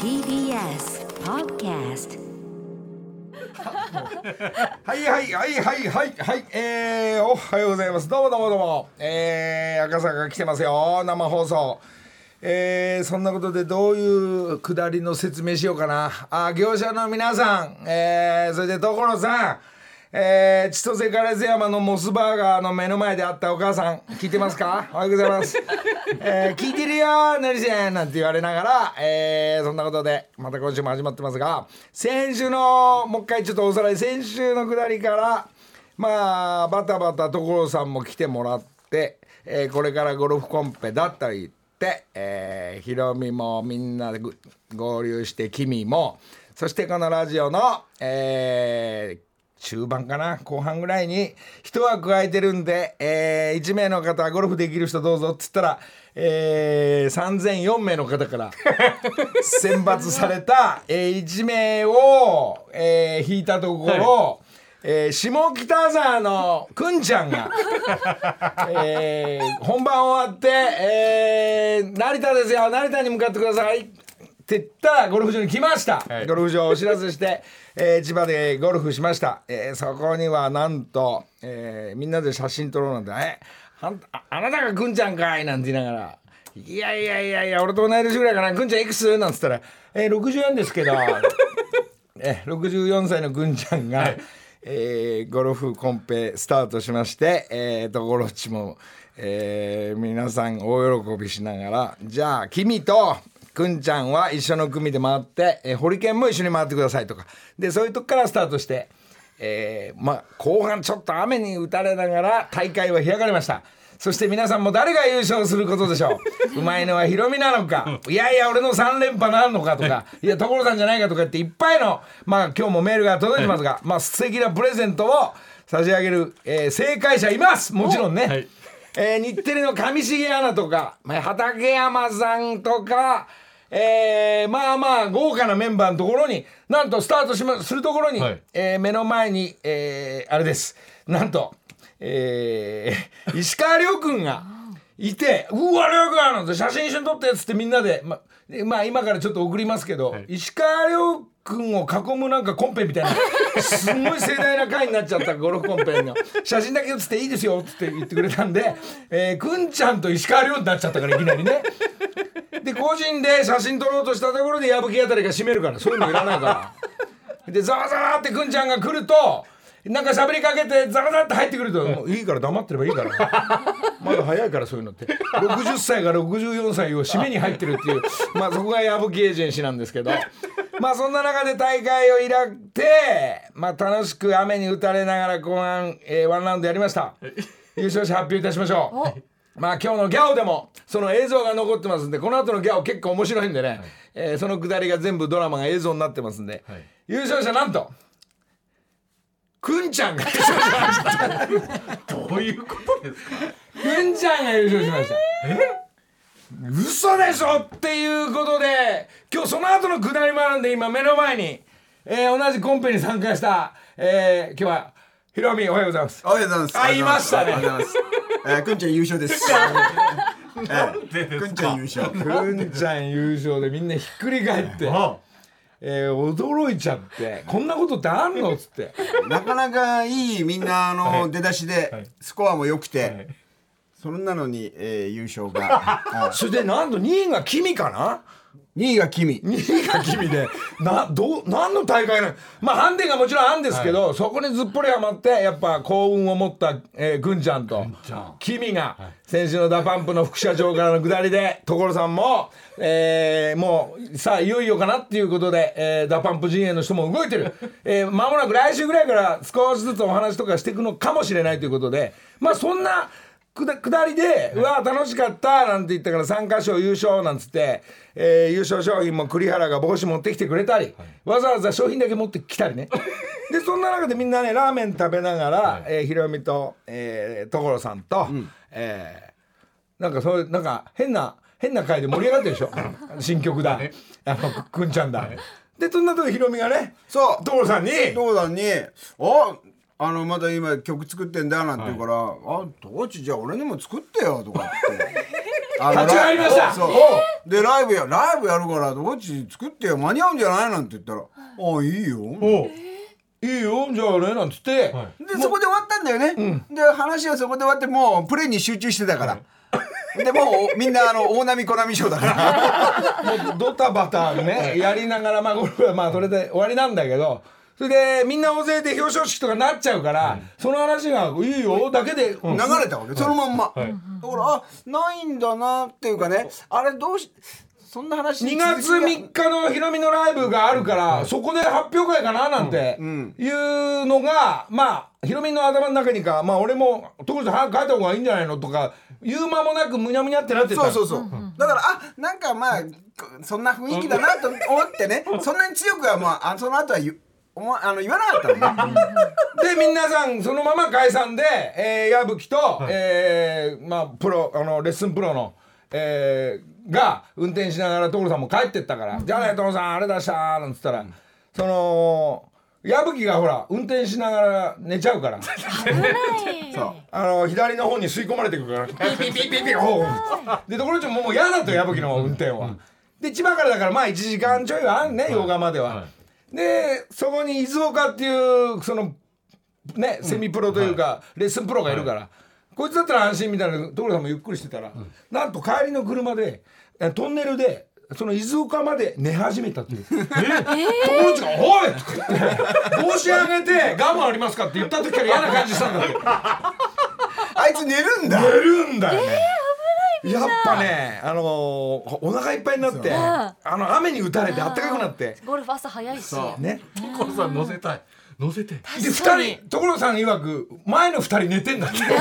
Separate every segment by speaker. Speaker 1: TBS Podcast
Speaker 2: はいはいはいはいはいはいえー、おはようございますどうもどうもどうもえー、赤坂が来てますよ生放送えー、そんなことでどういうくだりの説明しようかなあ業者の皆さんえー、それで所さんえー、千歳烏山のモスバーガーの目の前で会ったお母さん聞いてますかおはようございます、えー、聞いてるよのりちゃんなんて言われながら、えー、そんなことでまた今週も始まってますが先週のもう一回ちょっとおさらい先週のくだりからまあバタバタ所さんも来てもらって、えーこれからゴルフコンペだと言って、えー、ひろみもみんなでぐ合流して君もそしてこのラジオの、えー中盤かな後半ぐらいに一枠空いてるんで、え1名の方ゴルフできる人どうぞっつったら、えー、3004名の方から選抜された、え1名を、えー引いたところ、えー下北沢のくんちゃんが、えー本番終わって、えー成田ですよ成田に向かってくださいって言ったらゴルフ場に来ました、
Speaker 3: はい
Speaker 2: ゴルフ場をお知らせして、えー千葉でゴルフしました、えーそこにはなんと、えーみんなで写真撮ろうなんて「えあんああなたがくんちゃんかい」なんて言いながら「いやいやいやいや俺と同い年ぐらいかなくんちゃんいくつ?」なんつったら「えー、64ですけど」えー64歳の郡ちゃんが、えーゴルフコンペスタートしまして、えー、所地も、えー皆さん大喜びしながらじゃあ君と郡ちゃんは一緒の組で回って、えー、ホリケンも一緒に回ってくださいとかでそういうとこからスタートして、えーまあ、後半ちょっと雨に打たれながら大会は開かれました。そして皆さんも誰が優勝することでしょ ううまいのはヒロミなのかいやいや俺の3連覇なのかとかいや所さんじゃないかとかっていっぱいのまあ今日もメールが届いてますが、まあ素敵なプレゼントを差し上げる、えー正解者いますもちろんね、
Speaker 3: はい
Speaker 2: えー日テレの上重アナとかまあ畠山さんとかえーまあまあ豪華なメンバーのところになんとスタートしますするところに、
Speaker 3: はい
Speaker 2: えー目の前に、えーあれですなんと、えー 石川遼君がいて「うわ遼君!」なんて写真一緒に撮ってっつってみんなでまでまあ今からちょっと送りますけど、
Speaker 3: い
Speaker 2: 石川遼君を囲むなんかコンペみたいなすんごい盛大な回になっちゃったゴルフコンペの写真だけ写っていいですよっつって言ってくれたんで、えー、くんちゃんと石川遼になっちゃったからいきなりね。で個人で写真撮ろうとしたところで矢吹あたりが閉めるからそういうのいらないからでザワザワってくんちゃんが来るとなんか喋りかけてザワザワって入ってくるともういいから黙ってればいいからまだ早いからそういうのって60歳が64歳を締めに入ってるっていうまあそこが矢吹エージェンシーなんですけどまあそんな中で大会を開いてまあ楽しく雨に打たれながら後半、えーワンラウンドやりました優勝者発表いたしましょう。まあ今日のギャオでもその映像が残ってますんでこの後のギャオ結構面白いんでね、えーそのくだりが全部ドラマが映像になってますんで、
Speaker 3: はい
Speaker 2: 優勝者なんとくんちゃんが優勝しました
Speaker 3: どういうことですか。
Speaker 2: くんちゃんが優勝しました嘘でしょっていうことで今日その後のくだりもあるんで今目の前に、えー同じコンペに参加した、えー今日はヒロミおはようございます
Speaker 4: おはようございます。
Speaker 2: あいましたね
Speaker 4: おはようございます。えー、くんちゃん優勝 です。えーくんちゃん優勝。
Speaker 2: くんちゃん優勝でみんなひっくり返って
Speaker 3: あ、
Speaker 2: えー驚いちゃってこんなことってあんのっつって
Speaker 4: なかなかいいみんなあの、出だしで、
Speaker 3: はい
Speaker 4: スコアも良くて、
Speaker 3: い
Speaker 4: そんなのに、えー、優勝が、はい
Speaker 2: それでなんと2位が君かな
Speaker 4: 2位が君。
Speaker 2: 2位が君でなどう何の大会なのまあハンデがもちろんあるんですけど、そこにずっぽりはまってやっぱ幸運を持った、えー、ぐんちゃんと君が、先週のダパンプの副社長からの下りで所さんも、えーもうさあいよいよかなっていうことで、えーダパンプ陣営の人も動いてる、 えー、間もなく来週ぐらいから少しずつお話とかしていくのかもしれないということでまあそんな。くだ下りで「うわー楽しかった」なんて言ったから参加賞優勝なんつって、えー優勝賞品も栗原が帽子持ってきてくれたり、わざわざ商品だけ持ってきたりねでそんな中でみんなねラーメン食べながら、えーひろみと、えー所さんと、えーなんかそういうなんか変な変な回で盛り上がってるでしょ新曲だ、あのくくんちゃんだ、でそんな時ひろみがね
Speaker 4: そう
Speaker 2: 所さんに
Speaker 4: どうだに、ああの、ま だ今曲作ってんだなんて言うから、あ、どうちじゃあ俺にも作ってよとかって。あの
Speaker 2: 立ち上がりました
Speaker 4: そう
Speaker 2: お
Speaker 4: そうでライブやライブやるからどっち作ってよ間に合うんじゃないなんて言ったら「ああいいよ」
Speaker 2: おいいよじゃあねなんつって、
Speaker 3: はい
Speaker 4: でそこで終わったんだよね、で話はそこで終わってもうプレーに集中してたから、 でもうみんなあの大波小波賞だ から
Speaker 2: もうドタバタねやりながらまあゴルフはまあそれで終わりなんだけどそれでみんな大勢で表彰式とかなっちゃうから、その話が「いいよ」だけで、
Speaker 4: 流れたわけそのまんま、
Speaker 3: い
Speaker 4: だからあないんだなっていうかねあれどうしそんな話
Speaker 2: 2月3日のヒロミのライブがあるから、そこで発表会かななんていうのが、まあ、ヒロミの頭の中にか、まあ、俺も、所さん早く帰った方がいいんじゃないのとか、言う間もなくむにゃむにゃってなってた。
Speaker 4: そうそうそう、だからあなんかまあそんな雰囲気だなと思ってねそんなに強くはまああその後は言う思わあの言わなかったのね
Speaker 2: で、みんなさん、そのまま解散で、えー、矢吹と、えーまあ、プロ、あの、レッスンプロの、えーが、運転しながら所さんも帰ってったから、じゃあね、所さん、あれ出したー、なんつったら、その、矢吹がほら、運転しながら寝ちゃうから。あの左の方に吸い込まれてくるからピピピピピおうでところちゃんももう嫌だと矢吹の運転は、で千葉からだからまあ1時間ちょいはあんね洋画までは、
Speaker 3: は
Speaker 2: でそこに伊豆岡っていうそのねセミプロというか、レッスンプロがいるから、こいつだったら安心みたいな所さんもゆっくりしてたら、なんと帰りの車でえトンネルでその伊豆岡まで寝始めたっていう。友達が「おい!」とか言って「帽子上げて我慢ありますか?」って言った時から嫌な感じしたんだって。
Speaker 4: あいつ寝るんだ
Speaker 2: 寝るんだよね。やっぱね、あのーお腹いっぱいになって、あの雨に打たれて暖かくなって、
Speaker 5: ゴルフ朝早いし。
Speaker 2: ね。
Speaker 3: 所さん乗せたい乗せて
Speaker 2: で、
Speaker 5: かに
Speaker 2: 二人、所さん曰く、前の二人寝てんだ って。おいっ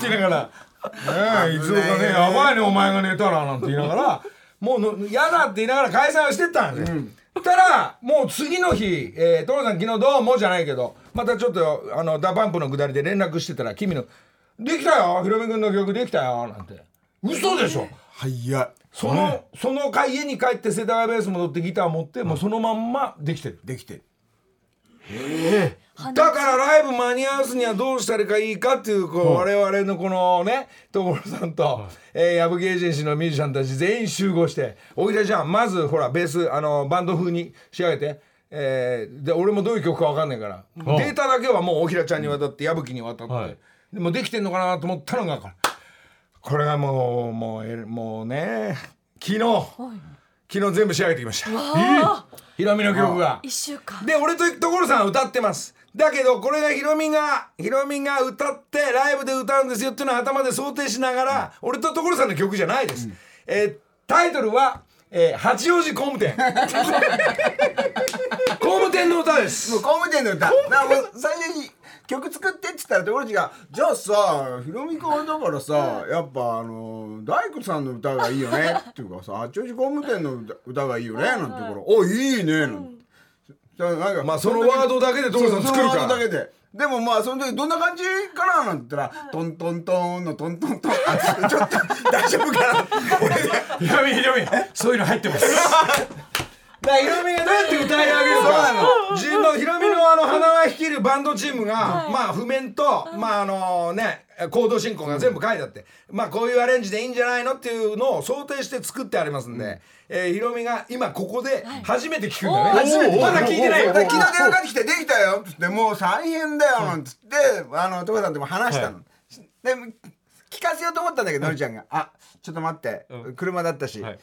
Speaker 2: て言いながら、ねえ、いつもかね、やばいね、お前が寝たら、なんて言いながら、もうの、嫌だって言いながら解散をしてったんですよ。たら、もう次の日、えー、所さん昨日どうもじゃないけど、またちょっと、あの、ダパンプの下りで連絡してたら、君の、できたよ、ひろみ君の曲できたよ、なんて。嘘でしょ
Speaker 4: 早い
Speaker 2: その、その回家に帰って世田谷ベース戻ってギター持って、もうそのまんまできてる。
Speaker 4: できてる
Speaker 2: だからライブ間に合わすにはどうしたらいいかっていうこう我々のこのね所さんとえー矢吹エージェンシーのミュージシャンたち全員集合して「おいでじゃんまずほらベースあのバンド風に仕上げて」えーで俺もどういう曲か分かんないからデータだけはもう大平ちゃんに渡って矢吹に渡っ
Speaker 3: は
Speaker 2: て
Speaker 3: い
Speaker 2: でもできてんのかなと思ったのがこれこれがもうもうえもうね昨日昨日全部仕上げてきましたヒロミの曲が。
Speaker 5: 一週間。
Speaker 2: で俺と所さんは歌ってますだけどこれがヒロミがヒロミが歌ってライブで歌うんですよっていうのは頭で想定しながら、俺と所さんの曲じゃないです、えータイトルは、えー八王子工務店工務店の歌です
Speaker 4: もう工務店の歌なもう最初に曲作ってっつったらところちが「じゃあさひろみ君だからさやっぱあの大工さんの歌がいいよね」っていうかさ「八王子工務店の歌歌がいいよね」なんて言うから「おいいね」なんて。じゃあなんか
Speaker 2: まあそのワードだけで所さん作る
Speaker 4: そうそのワ
Speaker 2: か
Speaker 4: ードだけででもまあその時どんな感じかななんて言ったら「トントントン」の「トントントン」あちょっと大丈夫かな俺ね
Speaker 2: ヒロミヒロミそういうの入ってますだからヒロミがどうやって歌い上げるか自分のヒロミのあの花輪率いるバンドチームが、まあ譜面と、まああのね行動進行が全部書いてあって、まあこういうアレンジでいいんじゃないのっていうのを想定して作ってありますんで、えーヒロミが今ここで初めて聞くんだね、初めてまだ聞いてないよ
Speaker 4: で昨日電話かかってきて「できたよ」っつって「もう大変だよ」なんつってあの所さんとも話したの、で聞かせようと思ったんだけどのりちゃんが「あちょっと待って、車だったし、
Speaker 3: はい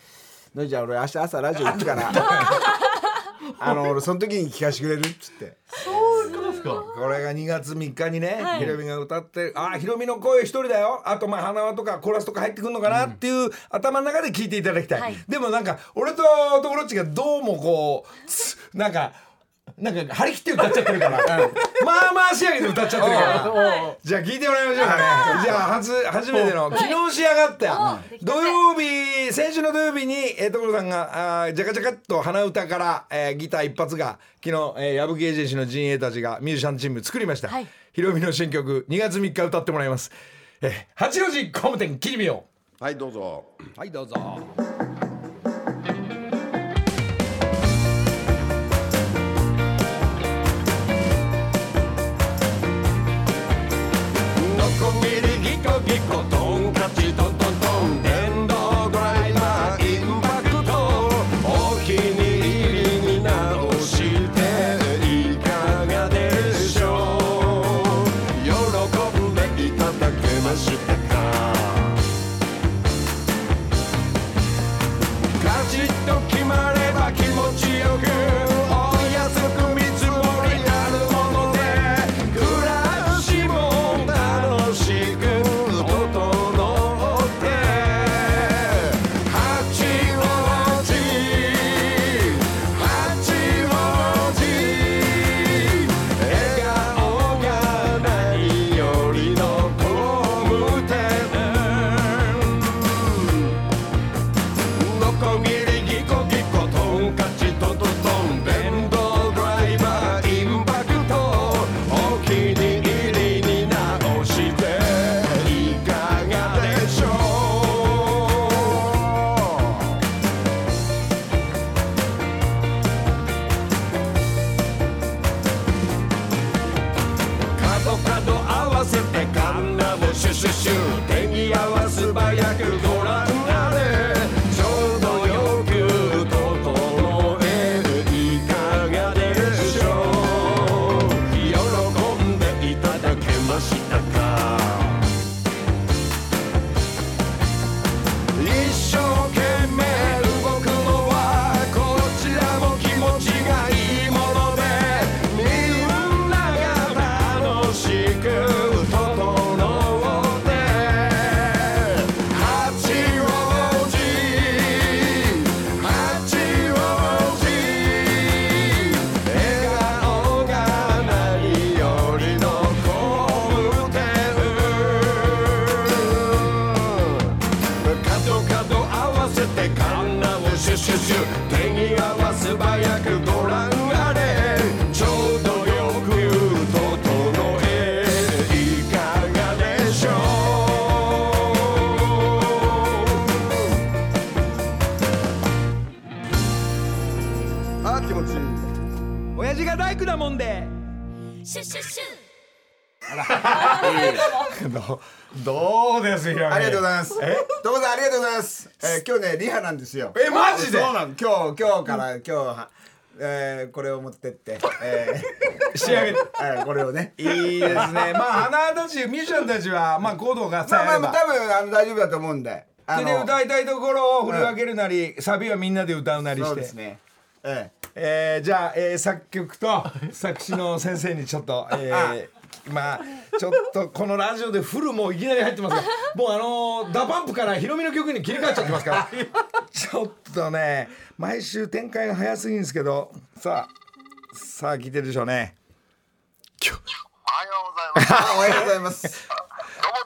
Speaker 4: のりちゃん俺明日朝ラジオ行くから あの俺その時に聞かせてくれる」っつって
Speaker 3: そうですか
Speaker 2: これが2月3日にね、ヒロミが歌ってああヒロミの声一人だよあとまあ花輪とかコーラスとか入ってくるのかなっていう頭の中で聞いていただきたい、
Speaker 5: はい
Speaker 2: でもなんか俺とところっちがどうもこうつなんかなんか張り切って歌っちゃってるから、まあまあ仕上げて歌っちゃってるからじゃあ聞いてもらいましょうかね、じゃあ初初めての昨日仕上がった、土曜日先週の土曜日に、えー、所さんがあージャカジャカっと鼻歌から、えーギター一発が昨日、えー、矢吹エージェンシーの陣営たちがミュージシャンチーム作りました、
Speaker 5: はい
Speaker 2: ひろみの新曲2月3日歌ってもらいます、えー、八王子工務店切り身を
Speaker 6: はいどうぞ
Speaker 2: はいどうぞ
Speaker 6: 「のこぎりぎこぎことんかちとど
Speaker 5: ちっと決まれば気持ちよく大安く見積もりあるもので暮らしも楽しく整って八王子八王子笑顔がないよりの工務店のこぎりギコギコトンカチトトトン電動ドライバーインパクトお気に入りに直していかがでしょう角角合わせてカンナをシュシュシュ手際は素早くご覧あれちょうどよく整えいかがでしょう喜んでいただけましたか一生懸命動くのはこちらも気持ちがいいものでみんなが楽しく整って八王子八王子笑顔がないよりの工務店角角合わせてカンナをシュシュシュ手に合わす早くご覧あれちょうどよく整えいかがでしょうあー気持ちいい親父が大工だもんで
Speaker 1: シュシュシュ
Speaker 2: どどうですひろみ
Speaker 4: ありがとうございます。
Speaker 2: え
Speaker 4: どうもありがとうございます。えー今日ねリハなんですよ。
Speaker 2: えマジで
Speaker 4: そうなの。今日今日から今日は、えーこれを持ってって、え
Speaker 2: 仕上げて
Speaker 4: ーはいこれをね。
Speaker 2: いいですねまあ花たちミュージシャンたちはまあコードがさ
Speaker 4: まあ
Speaker 2: え
Speaker 4: ま
Speaker 2: あ
Speaker 4: あ
Speaker 2: れば
Speaker 4: まあ多分あの大丈夫だと思うんで。あ
Speaker 2: で
Speaker 4: の
Speaker 2: ね歌いたいところを振り分けるなりサビはみんなで歌うなり
Speaker 4: そ
Speaker 2: し
Speaker 4: うで
Speaker 2: て
Speaker 4: すね。 え
Speaker 2: えーじゃあ、えー作曲と作詞の先生にちょっ と、えーまあちょっとこのラジオでフルもういきなり入って ますからもうあのーダパンプからヒロミの曲に切り替えちゃってます からちょっとね毎週展開が早すぎるんですけどさあさあ聞いてるでしょうね
Speaker 6: おはようござい
Speaker 4: え
Speaker 6: ます。
Speaker 4: あおはようございます。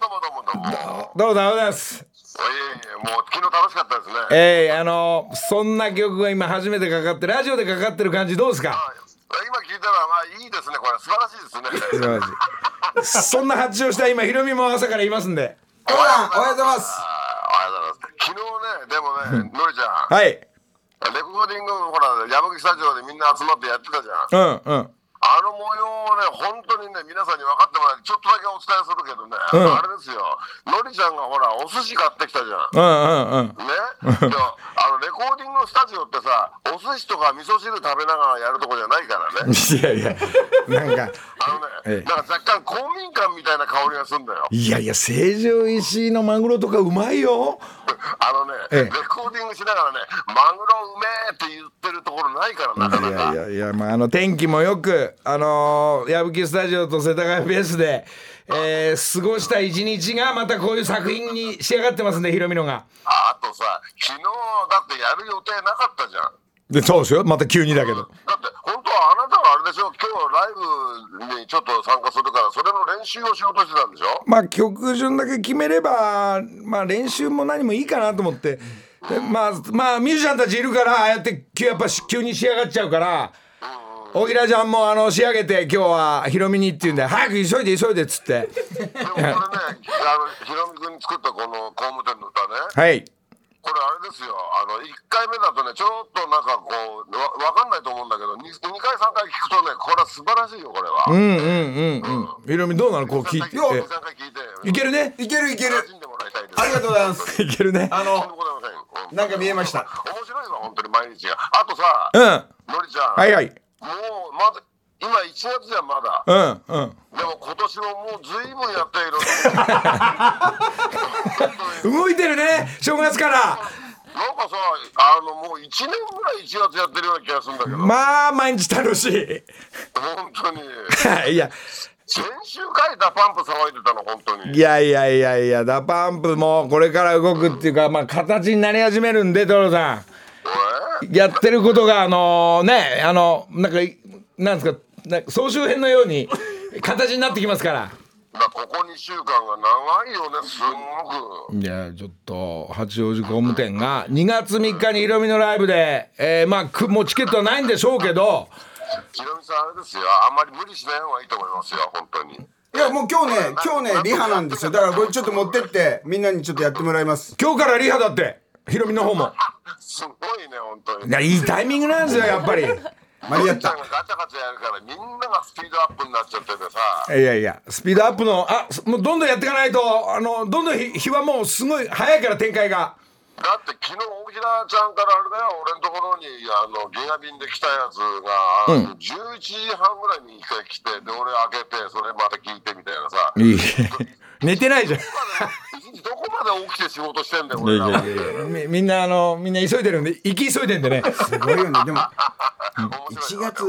Speaker 6: どうもどうもどうもどうも。
Speaker 2: どうもダメです
Speaker 6: いえいえ、もう昨日楽しかったですね。
Speaker 2: えーあのーそんな曲が今初めてかかってラジオでかかってる感じどうですか
Speaker 6: はい今聞いたら、まあいいですね。これ素晴らしいです
Speaker 2: 素
Speaker 6: ね。
Speaker 2: 晴らしいそんな発注した今ヒロミも朝からいますんで
Speaker 4: どうもおはようございます。
Speaker 6: あありがとうございます。昨日ね、でもね、のりちゃん、
Speaker 2: はい
Speaker 6: レコーディングもほら、山口スタジオでみんな集まってやってたじゃん。
Speaker 2: うんうん
Speaker 6: あの模様をね、本当にね、皆さんに分かってもらえて、ちょっとだけお伝えするけどね、
Speaker 2: ん
Speaker 6: あれですよ、のりちゃんがほら、お寿司買ってきたじゃん。
Speaker 2: うんうんうん
Speaker 6: ね、でもあのレコーディングのスタジオってさ、お寿司とか味噌汁食べながらやるとこじゃないからね。
Speaker 2: いやいや、なんか、
Speaker 6: あのね、
Speaker 2: ええ
Speaker 6: なんか若干公民館みたいな香りがするんだよ。
Speaker 2: いやいや、成城石井のマグロとかうまいよ。
Speaker 6: あのね、
Speaker 2: ええ
Speaker 6: レコーディングしながらね、マグロうめえって言ってるところないから、ないかなか。
Speaker 2: やいやいや、まあ、あの天気もよく、あのー、矢吹スタジオと世田谷ベースで。えー過ごした一日が、またこういう作品に仕上がってますね、ヒロミのが。
Speaker 6: あとさ、昨日だってやる予定なかったじゃん。
Speaker 2: で、そうですよ、また急にだけど。
Speaker 6: だって本当はあなたはあれでしょ、今日ライブにちょっと参加するから、それの練習をしようとしてたんでしょ
Speaker 2: まあ、曲順だけ決めれば、まあ、練習も何もいいかなと思って。でまあ、まあ、ミュージシャンたちいるから、ああやって、急やっぱし急に仕上がっちゃうから。おひらちゃんもあの仕上げて今日はヒロミにって言うんで早く急いで急いでっつって
Speaker 6: でもこれね、あのひろみ君に作ったこの工務店の歌ね、
Speaker 2: はい
Speaker 6: これあれですよ、あの1回目だとね、ちょっとなんかこう、わわかんないと思うんだけど、2, 回、3回聞くとね、これは素晴らしいよ、これは。
Speaker 2: うんうんうんうんヒロミどうなのこう聞い
Speaker 6: 2、3
Speaker 2: て
Speaker 6: 回聞いて、
Speaker 2: いけるね
Speaker 4: いけるいける。
Speaker 6: 楽しんでもらいたいです。
Speaker 4: ありがとうございます。
Speaker 2: いけるね
Speaker 4: あ
Speaker 6: と
Speaker 4: の
Speaker 6: んでもございません。う
Speaker 4: なんか見えました。
Speaker 6: 面白いわ、本当に毎日が。あとさ、
Speaker 2: うんは
Speaker 6: のりちゃん、
Speaker 2: いはい
Speaker 6: もうまだ、今1月じゃんまだ。
Speaker 2: うんうん
Speaker 6: でも今年ももうずいぶんや っている。
Speaker 2: 動いてるね正月から
Speaker 6: なんかさあのもう1年ぐらい1月やってるような気がするんだけど、
Speaker 2: まあ毎日楽しい
Speaker 6: 本当に
Speaker 2: いや
Speaker 6: 先週からダパンプ騒いでたの本当に
Speaker 2: いやいやいやいやダパンプもこれから動くっていうかまあ形になり始めるんでトロさんやってることがあのねあのなんかなんですかなんか総集編のように形になってきますから
Speaker 6: まあここ2週間が長いよねすんごく
Speaker 2: いやちょっと八王子工務店が2月3日にヒロミのライブで、えーまあくもうチケットはないんでしょうけど
Speaker 6: ひろみさんあれですよあんまり無理しない方がいいと思いますよ本当に
Speaker 4: いやもう今日ね今日ねリハなんですよだからこれちょっと持ってってみんなにちょっとやってもらいます
Speaker 2: 今日からリハだってヒロミの方も
Speaker 6: すごいね本当
Speaker 2: い
Speaker 6: に
Speaker 2: やいいタイミングなんですよやっぱりい
Speaker 4: 間に合っ
Speaker 6: ちゃん
Speaker 4: た
Speaker 6: がガチャガチャやるからみんながスピードアップになっちゃっててさ
Speaker 2: やいやスピードアップのあもうどんどんやっていかないとあのどんどん日日はもうすごい早いから展開が
Speaker 6: だって昨日大平ちゃんからあれだよ俺のところにあのゲア便で来たやつが、11時半ぐらいに一回来てで俺開けてそれまた聞いてみたいなさ
Speaker 2: いい寝てないじゃん
Speaker 6: どこまで起きて仕事してんだよ俺らは
Speaker 2: みみんなあのみんな急いでるんで行き急いでんでね
Speaker 4: すごいよねでも
Speaker 6: 面
Speaker 4: 1
Speaker 6: 白いな
Speaker 4: 月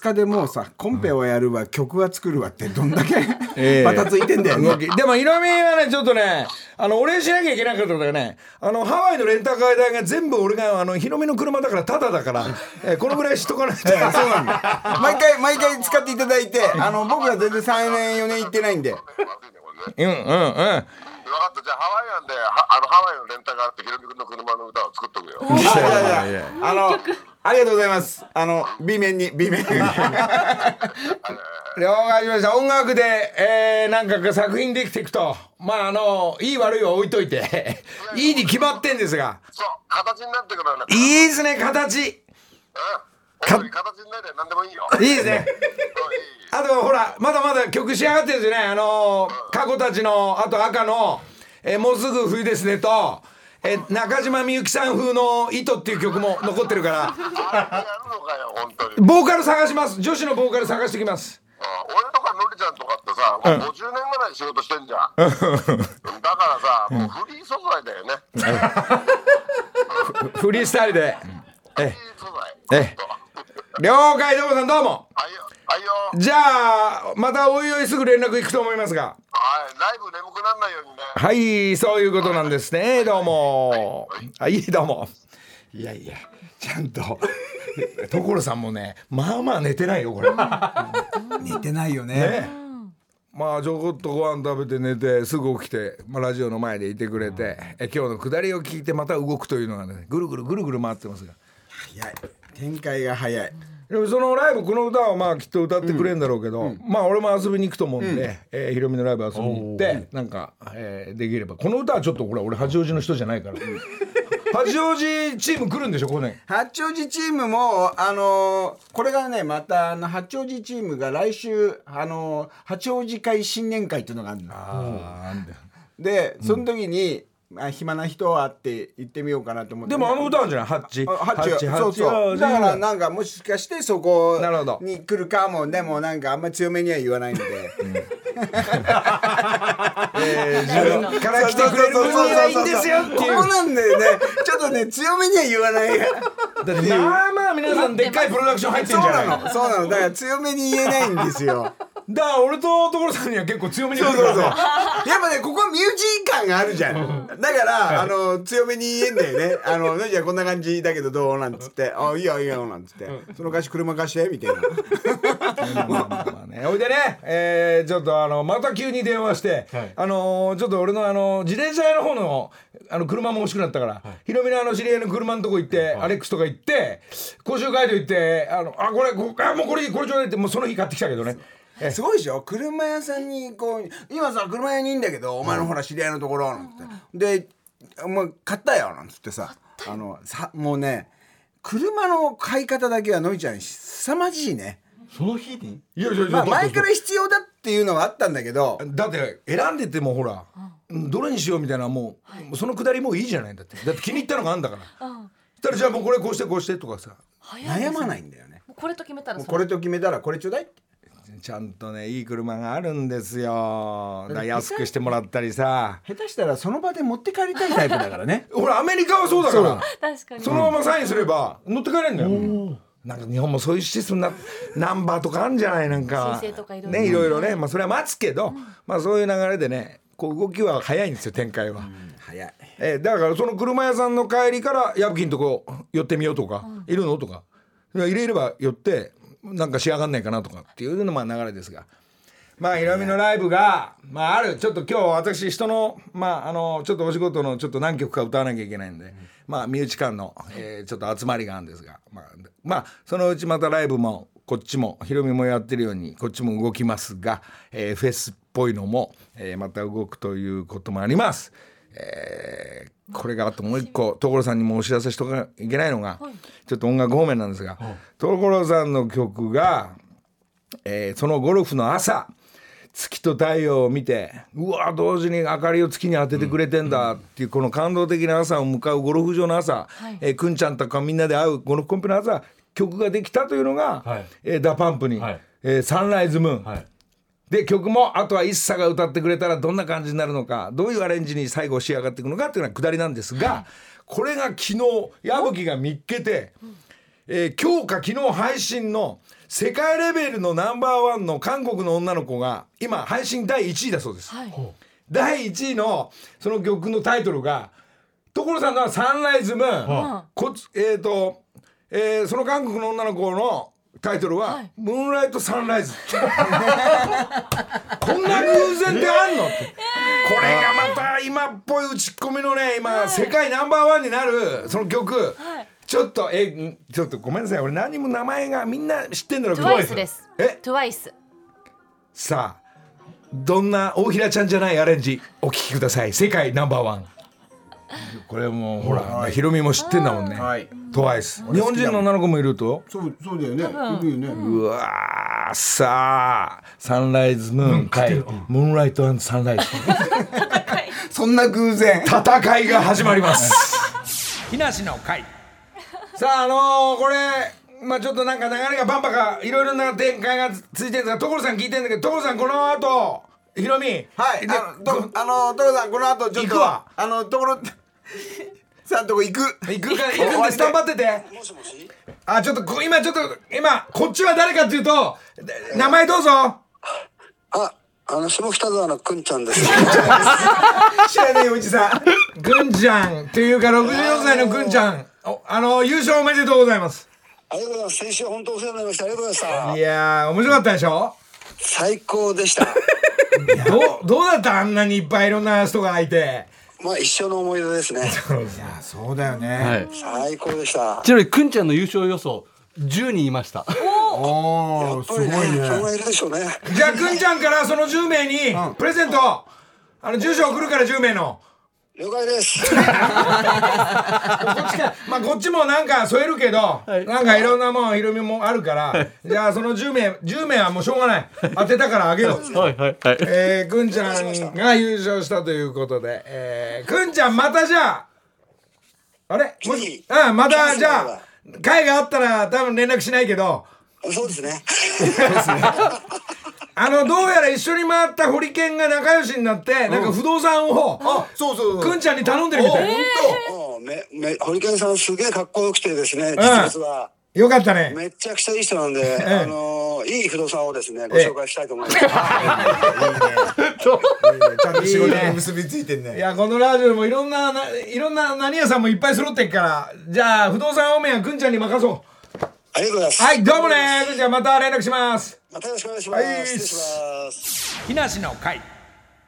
Speaker 4: 20日でもうさコンペをやるわ曲は作るわってどんだ
Speaker 2: ええ
Speaker 4: けバタついてんだよ
Speaker 2: 動
Speaker 4: ね
Speaker 2: きでも、ヒロミはね、ちょっとね、あの、お礼しなきゃいけなかったからね、あの、ハワイのレンタカー代が全部俺が、あの、ヒロミの車だから、タダだから、えーこのぐらいしとかないと。
Speaker 4: ええそうなんだ毎回毎回使っていただいてあの僕は全然3年4年行ってないんで
Speaker 6: 悪いねこ
Speaker 2: うん
Speaker 6: れね
Speaker 2: うんうん。
Speaker 6: 分かったじゃあハワイアンではあのハワイのレンタカーってヒロミ君の車の歌を作っとくよ
Speaker 4: あいやいやあのありがとうございますあの B 面に B 面に
Speaker 2: 了解しました。音楽で、えー、なんか作品できていくと、まあ、あの、いい悪いは置いといて、いいに決まってんですが、
Speaker 6: そう形になってくからね
Speaker 2: いいですね、形。い
Speaker 6: うん本当に形になりゃ何でもいいよ
Speaker 2: いですね。
Speaker 6: うんいい
Speaker 2: あとほらまだまだ曲仕上がってるんですよねあのー過去たちのあと赤の、えーもうすぐ冬ですね」と、えー中島みゆきさん風の「糸」っていう曲も残ってるから
Speaker 6: あれやるのかよ本当に
Speaker 2: ボーカル探します女子のボーカル探してきます
Speaker 6: あ俺とかのりちゃんとかってさ、もう50年ぐらい仕事してんじゃん、だからさもうフリー素材だよね、フ
Speaker 2: フリースタイルで
Speaker 6: リー素材
Speaker 2: え了解どうもさんどうも
Speaker 6: あいよあいよ
Speaker 2: じゃあまたおいおいすぐ連絡行くと思いますが
Speaker 6: はいライブ眠くならないようにね
Speaker 2: はいそういうことなんですねどうもはいどうもいやいやちゃんと 所さんもねまあまあ寝てないよこれ。
Speaker 4: 似てないよね
Speaker 2: まあちょこっとご飯食べて寝てすぐ起きて、まあ、ラジオの前でいてくれてえ今日の下りを聞いてまた動くというのがねぐるぐるぐるぐる回ってますが
Speaker 4: 早い展開が早い
Speaker 2: でもそのライブこの歌はまあきっと歌ってくれるんだろうけど、まあ俺も遊びに行くと思うんで、えーヒロミのライブ遊びに行ってなんか、えーできればこの歌はちょっとほら俺八王子の人じゃないから八王子チーム来るんでしょこ年
Speaker 4: 八王子チームも、あのーこれがね、また、あの、八王子チームが来週、あのー八王子会新年会っていうのがあるの。
Speaker 2: ああ
Speaker 4: で、その時に、まあ、暇な人はって言ってみようかなと思って。
Speaker 2: でもあの歌あるんじゃないハッチ
Speaker 4: あ八王子、そう
Speaker 2: 八
Speaker 4: そ
Speaker 2: 王
Speaker 4: う。
Speaker 2: 子
Speaker 4: だから、なんか、もしかして、そこ
Speaker 2: なるほど
Speaker 4: に来るかも、でも、なんか、あんま強めには言わないので。
Speaker 2: 自分から来てくれる分にはいいんですよって
Speaker 4: ここ
Speaker 2: いう
Speaker 4: なんだよね。ちょっとね、強めには言わない。
Speaker 2: だってまあまあ皆さんでっかいプロダクション入って
Speaker 4: そ
Speaker 2: ん
Speaker 4: う
Speaker 2: じゃない
Speaker 4: なの、そうなの、だから、強めに言えないんですよ。
Speaker 2: だから俺と所さんには結構強めに言
Speaker 4: そうう
Speaker 2: か
Speaker 4: そ
Speaker 2: ら
Speaker 4: う そう。やっぱね、ここはミュージー感があるじゃん。だから、あの、強めに言えんだよね。あの、じゃあこんな感じだけどどうなんつって、あ、いいよいいよなんつって、その歌詞車貸して、みたい な。
Speaker 2: まあねおいでね、えーちょっとあのまた急に電話して、
Speaker 3: はい
Speaker 2: あのーちょっと俺のあの自転車屋の方のあの車も欲しくなったから、ヒロミのあの知り合いの車のとこ行って、アレックスとか行って甲州街道行ってあのあこれこあもうこれこれちょうだいってもうその日買ってきたけどねえ
Speaker 4: すごいでしょ車屋さんに、こう、今さ、車屋にいんだけど、お前のほら知り合いのところ、なんつって。で、お前買ったよ、なんつってさ、あの、さ、もうね、車の買い方だけはのりちゃん、凄まじいね。
Speaker 3: その日に
Speaker 2: いやいやいやだ
Speaker 4: まあ、
Speaker 2: って
Speaker 4: 前から必要だっていうのはあったんだけど、
Speaker 2: だって選んでてもほら、どれにしようみたいなもう、そのくだりもういいじゃないだってだって気に入ったのがあんだからそしたらじゃあもうこれこうしてこうしてとかさ
Speaker 4: 悩まないんだよね。
Speaker 1: これと決めたら
Speaker 4: もう
Speaker 1: そ
Speaker 4: こ
Speaker 1: れ
Speaker 4: れと決めたらこれちょうだいって
Speaker 2: ちゃんとねいい車があるんですよだから安くしてもらったりさ
Speaker 4: 下手したらその場で持って帰りたいタイプだからね
Speaker 2: 俺アメリカはそうだから
Speaker 7: 確かに
Speaker 2: そのままサインすれば乗って帰れんだよ、なんか日本もそういうシステムなナンバーとかあるんじゃないなんか
Speaker 7: 申請とかいろいろ
Speaker 2: ねいろいろねまあそれは待つけど、まあそういう流れでねこう動きは早いんですよ展開は、
Speaker 4: 早い
Speaker 2: えーだからその車屋さんの帰りから矢吹のとこ寄ってみようとか、いるのとか入れれば寄ってなんか仕上がんないかなとかっていうのがまあ流れですがまあヒロミのライブが、まあ、あるちょっと今日私人の,、まあ、あのちょっとお仕事のちょっと何曲か歌わなきゃいけないんで、まあ身内間の、えーちょっと集まりがあるんですが、まあ、まあそのうちまたライブもこっちもヒロミもやってるようにこっちも動きますが、えーフェスっぽいのも、えーまた動くということもあります。えーこれがあともう一個所さんにもお知らせしとかなきゃいけないのが、ちょっと音楽方面なんですが、所さんの曲が、えーそのゴルフの朝月と太陽を見てうわ同時に明かりを月に当ててくれてんだっていうこの感動的な朝を迎うゴルフ場の朝、えーくんちゃんとかみんなで会うゴルフコンペの朝曲ができたというのが、
Speaker 3: はい
Speaker 2: えーダパンプに、
Speaker 3: はい
Speaker 2: えーサンライズムーン、
Speaker 3: はい。
Speaker 2: で曲もあとは ISSA が歌ってくれたらどんな感じになるのかどういうアレンジに最後仕上がっていくのかっていうのは下りなんですが、これが昨日矢吹が見っけて、えー今日か昨日配信の世界レベルのナンバーワンの韓国の女の子が今配信第1位だそうです。
Speaker 7: はい
Speaker 2: 第1位のその曲のタイトルが所さんのは「サンライズムーン」こっちえーとえーその韓国の女の子のタイトルは「ムーンライトサンライズ」 こんな偶然ってあんのって。これがまた今っぽい打ち込みのね今世界ナンバーワンになるその曲ちょっとえんちょっとごめんなさい俺何も名前がみんな知ってんだろうけど
Speaker 7: TWICE です
Speaker 2: え
Speaker 7: TWICE
Speaker 2: さあどんな大平ちゃんじゃないアレンジお聞きください世界ナンバーワンこれもうほら、ヒロミも知ってんだもんね、
Speaker 4: はい
Speaker 2: トワイス日本人の女の子もいると
Speaker 4: そうそうだよねいるよね、
Speaker 2: うわーさあサンライズムーン会、ムーンライトサンライズ
Speaker 4: そんな偶然
Speaker 2: 戦いが始まります 日梨の会さああのーこれまあちょっとなんか流れがバンバカいろいろな展開がつついてるんですが所さん聞いてるんだけど所さんこの後ヒロミ
Speaker 4: はい
Speaker 2: で
Speaker 4: あのとあの所さんこの後ちょっ
Speaker 2: 行
Speaker 4: と
Speaker 2: くわ
Speaker 4: あの所 さんとこ行く
Speaker 2: 行くから行くんでスタンバってて。あ、ちょっとこ今ちょっと今こっちは誰かっていうとで名前どうぞ。
Speaker 8: あ、あの、下北沢のくんちゃんです。
Speaker 4: 知らねえおじさん
Speaker 2: ぐんちゃんっていうか64歳のぐんちゃん。おあの優勝おめでとうございます。
Speaker 8: ありがとうございます。先週本当お世話になりました。ありがとうございま
Speaker 2: い
Speaker 8: し
Speaker 2: やー面白かったでしょ。
Speaker 8: た。最高でした。
Speaker 2: どうどうだったあんなにいっぱいいろんな人がいて。
Speaker 8: まあ、一生の思い出ですね。
Speaker 4: そうだよね、
Speaker 3: はい。
Speaker 8: 最高でした。やっ
Speaker 3: ちなみにくんちゃんの優勝予想10人いました。
Speaker 4: おおす
Speaker 8: ぱ
Speaker 4: ごい
Speaker 8: りね、
Speaker 4: ね
Speaker 8: 人がいるでしょうね。
Speaker 2: じゃあぐんちゃんからその10名にプレゼント。あの住所送るから10名の。
Speaker 8: 了解です。
Speaker 2: まあこっちもなんか添えるけど、なんかいろんなもんひろみもあるから、じゃあその10名10名はもうしょうがない当てたからあげよう
Speaker 3: はいはいはい。
Speaker 2: えー、くんちゃんが優勝したということで、えー、くんちゃんまたじゃああれも
Speaker 8: ぜ
Speaker 2: し
Speaker 8: ひ
Speaker 2: うんまたじゃあ会があったら多分連絡しないけど
Speaker 8: そうですね。
Speaker 2: あのどうやら一緒に回ったホリケンが仲良しになって、なんか不動産を
Speaker 4: あそうそうそ
Speaker 2: く
Speaker 4: う
Speaker 2: んちゃんに頼んでるみたい、
Speaker 8: もう、め、め、堀健さんすげえかっこよくてですね、実物は。
Speaker 2: よかったね
Speaker 8: めちゃくちゃいい人なんで、あのいい不動産をですね、ご
Speaker 2: ええ
Speaker 8: 紹介したいと思います。
Speaker 4: ちゃんと仕事に結びついてんね
Speaker 2: いやこのラジオもいろんなないろんな何屋さんもいっぱい揃ってっからじゃあ不動産方面はくんちゃんに任そう
Speaker 8: ありがとうございます。
Speaker 2: はいどうもねくんちゃんまた連絡します
Speaker 8: またよろしくお願いします。
Speaker 2: はい
Speaker 8: 失礼します。
Speaker 2: 日梨の会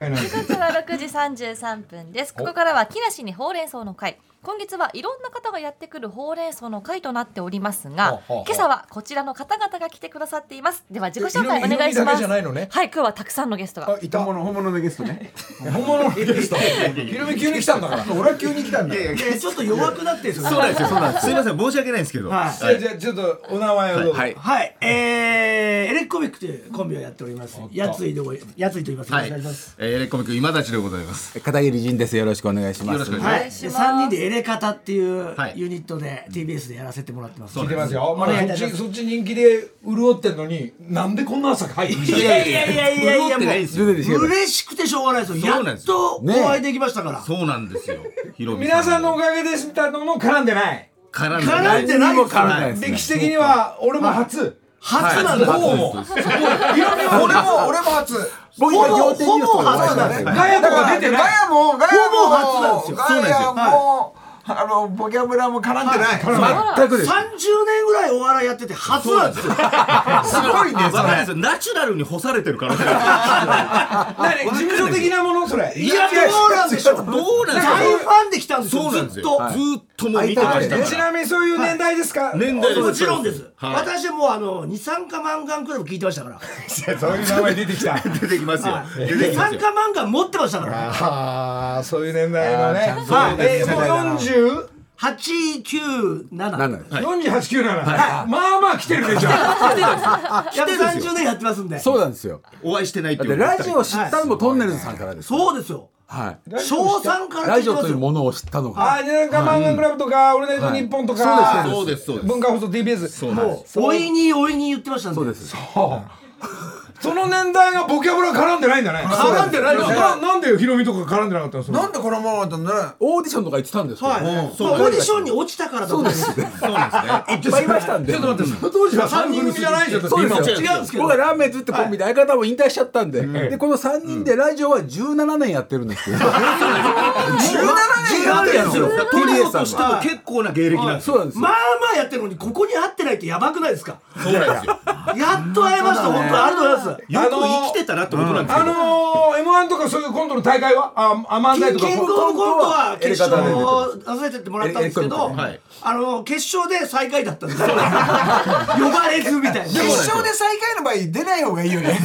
Speaker 7: 時刻は6時33分ですここからは木梨にほうれん草の会今月はいろんな方がやってくるほうれん草の会となっております
Speaker 2: ほう
Speaker 7: が
Speaker 2: ほうほう
Speaker 7: 今朝はこちらの方々が来てくださっていますでは自己紹介
Speaker 2: えいろ
Speaker 7: お願いし
Speaker 2: いろいろだ
Speaker 7: ま
Speaker 2: け
Speaker 7: す
Speaker 2: じゃないのね
Speaker 7: はい今日はたくさんのゲストが
Speaker 2: いた
Speaker 4: 本物本物のゲストね
Speaker 2: 本物のゲストひろみ急に来たんだ から
Speaker 4: 俺は急に来たんだよ
Speaker 9: いやちょっと弱くなってるんですよね。
Speaker 3: そうなんですよ。そうなんです。すみません申し訳ないんですけど。
Speaker 9: は
Speaker 2: じゃあじゃあちょっとお名前をどうぞ
Speaker 3: はい。
Speaker 9: はい、えー、エレコミックというコンビをやっております。やついでご、やついと言います。お願いします。
Speaker 3: えーエレコミック今立ちでございます。
Speaker 10: 片桐仁です。よろしくお願いします。
Speaker 3: よろしくお願いします
Speaker 9: はい、で三人でエエレカタっていうユニットで TBS でやらせてもらってます。
Speaker 2: 聞いてますよ。
Speaker 9: お
Speaker 2: まだ
Speaker 9: 願いい
Speaker 2: そった
Speaker 9: しま
Speaker 2: ち
Speaker 9: す。
Speaker 2: そっち人気で潤ってんのに、なんでこんな朝早い
Speaker 9: いやいやいやいやいや、も
Speaker 3: ないですよ
Speaker 9: う嬉しくてしょうがないですよ。
Speaker 3: そうなん
Speaker 9: や
Speaker 3: で
Speaker 9: っ
Speaker 3: すよ
Speaker 9: とお会いできましたから。
Speaker 3: そうなんですよ。ヒロミ
Speaker 2: 皆さんのおかげでしたのも絡んでない。
Speaker 3: 絡んでな
Speaker 9: 絡
Speaker 3: い
Speaker 9: んでないですよ
Speaker 3: ないですね
Speaker 2: 歴史的には、俺も初。
Speaker 9: 初なんだ。
Speaker 2: どうも。いろいろ俺も、俺も初。
Speaker 9: 僕今仰天ニュースとか
Speaker 4: 初だね
Speaker 2: ガヤとか出てない
Speaker 4: ガ。ヤも、ガヤも、
Speaker 9: ほぼ初なんですよ
Speaker 4: ガヤも、あの、ボキャブラも絡んでない。
Speaker 9: 全くです。30年ぐらいお笑いやってて初なん ですよ。
Speaker 4: すごいね、
Speaker 3: わか
Speaker 4: そ
Speaker 3: んないで
Speaker 4: れ。
Speaker 3: すよナチュラルに干されてるからね。
Speaker 2: 何事務所的なものそれ。
Speaker 9: いや、どうなんでしょう。
Speaker 3: どうなんですか
Speaker 9: 大ファンで来たんです
Speaker 3: そうなん
Speaker 9: よ、
Speaker 3: です
Speaker 9: ずっ
Speaker 3: よ。
Speaker 9: と。
Speaker 3: ずーっともう見てました
Speaker 2: ち
Speaker 3: から。
Speaker 2: なみにそういう年代ですか
Speaker 3: 年代
Speaker 9: もちろんです。
Speaker 3: はい
Speaker 9: 私はもうあの、二酸化マンガンクラブ聞いてましたから。
Speaker 2: そういう名前出てきた。
Speaker 3: 出てきますよ。出て
Speaker 9: 二
Speaker 3: きます
Speaker 9: 酸
Speaker 3: よ。
Speaker 9: 化マンガン持ってましたから。
Speaker 2: ああ、そういう年代のね。
Speaker 3: と
Speaker 2: はい。えー、もう40。
Speaker 9: 八九七。
Speaker 2: 四十八九七。まあまあ来てるでしょ。
Speaker 9: 約三十年やってますんで。
Speaker 10: そうなんですよ。
Speaker 3: お会いしてないって
Speaker 10: だっ
Speaker 3: いう
Speaker 10: て
Speaker 3: のが
Speaker 10: ラジオを知ったのもトンネルズさんからです。
Speaker 9: そうですよ。
Speaker 10: はい。
Speaker 9: 小三から
Speaker 10: ラ
Speaker 9: 聞い
Speaker 10: ジ
Speaker 9: て
Speaker 10: オ
Speaker 9: ま
Speaker 10: と
Speaker 9: す
Speaker 10: いう
Speaker 9: よ。
Speaker 10: ものを知ったの
Speaker 2: あ
Speaker 10: が。
Speaker 2: あ、じゃあ、ガマンガンクラブとか、オールナイトニッポンとか。
Speaker 3: そうですそうです
Speaker 2: 文化放送 TBS。そう
Speaker 3: なん
Speaker 2: です。
Speaker 9: おいにおいに言ってましたんで。
Speaker 10: そうです。
Speaker 2: その年代がボキャブラ絡んでないんだね。絡んでないななんでよヒロミとか絡んでなかったのそれ
Speaker 4: なんで絡まなかったんだね。
Speaker 10: オーディションとか行ってたんですよ。
Speaker 9: はい。
Speaker 10: い。
Speaker 9: まあオーディションに落ちたからだと思います。
Speaker 3: そうなんですね。
Speaker 10: いっぱいいましたんで。ちょっと待って。
Speaker 2: その当時は三人組じゃないじゃん。
Speaker 10: そうですよ。
Speaker 9: 違うんですけど
Speaker 10: 僕はラーメンズってコンビで相方も引退しちゃったんで。で、この3人でラジオは17年やってるん ですよ。17年やってるんですよ。
Speaker 3: トリオと
Speaker 10: TBS
Speaker 3: し
Speaker 10: さ
Speaker 3: て
Speaker 10: んは。
Speaker 3: も結構な芸歴なんですよ。
Speaker 10: そうなんですよ
Speaker 9: まあまあやってるのにここに会ってないってやばくないですか。
Speaker 3: そうなんですよ。
Speaker 9: やっと会えました本当にありがとうございます。
Speaker 3: よく生きてたなってことなんです
Speaker 2: あ
Speaker 3: けど。
Speaker 2: のー、M1 とかそういうコントの大会はあ、あ漫才
Speaker 9: キン
Speaker 2: とか。
Speaker 9: キングオブコントは決勝を出させてもらったんですけど、
Speaker 3: はい
Speaker 9: あの決勝で最下位だったんですよ呼ばれずみたい
Speaker 4: 決
Speaker 9: な
Speaker 4: 勝で最下位の場合、出ない方がいいよ ね。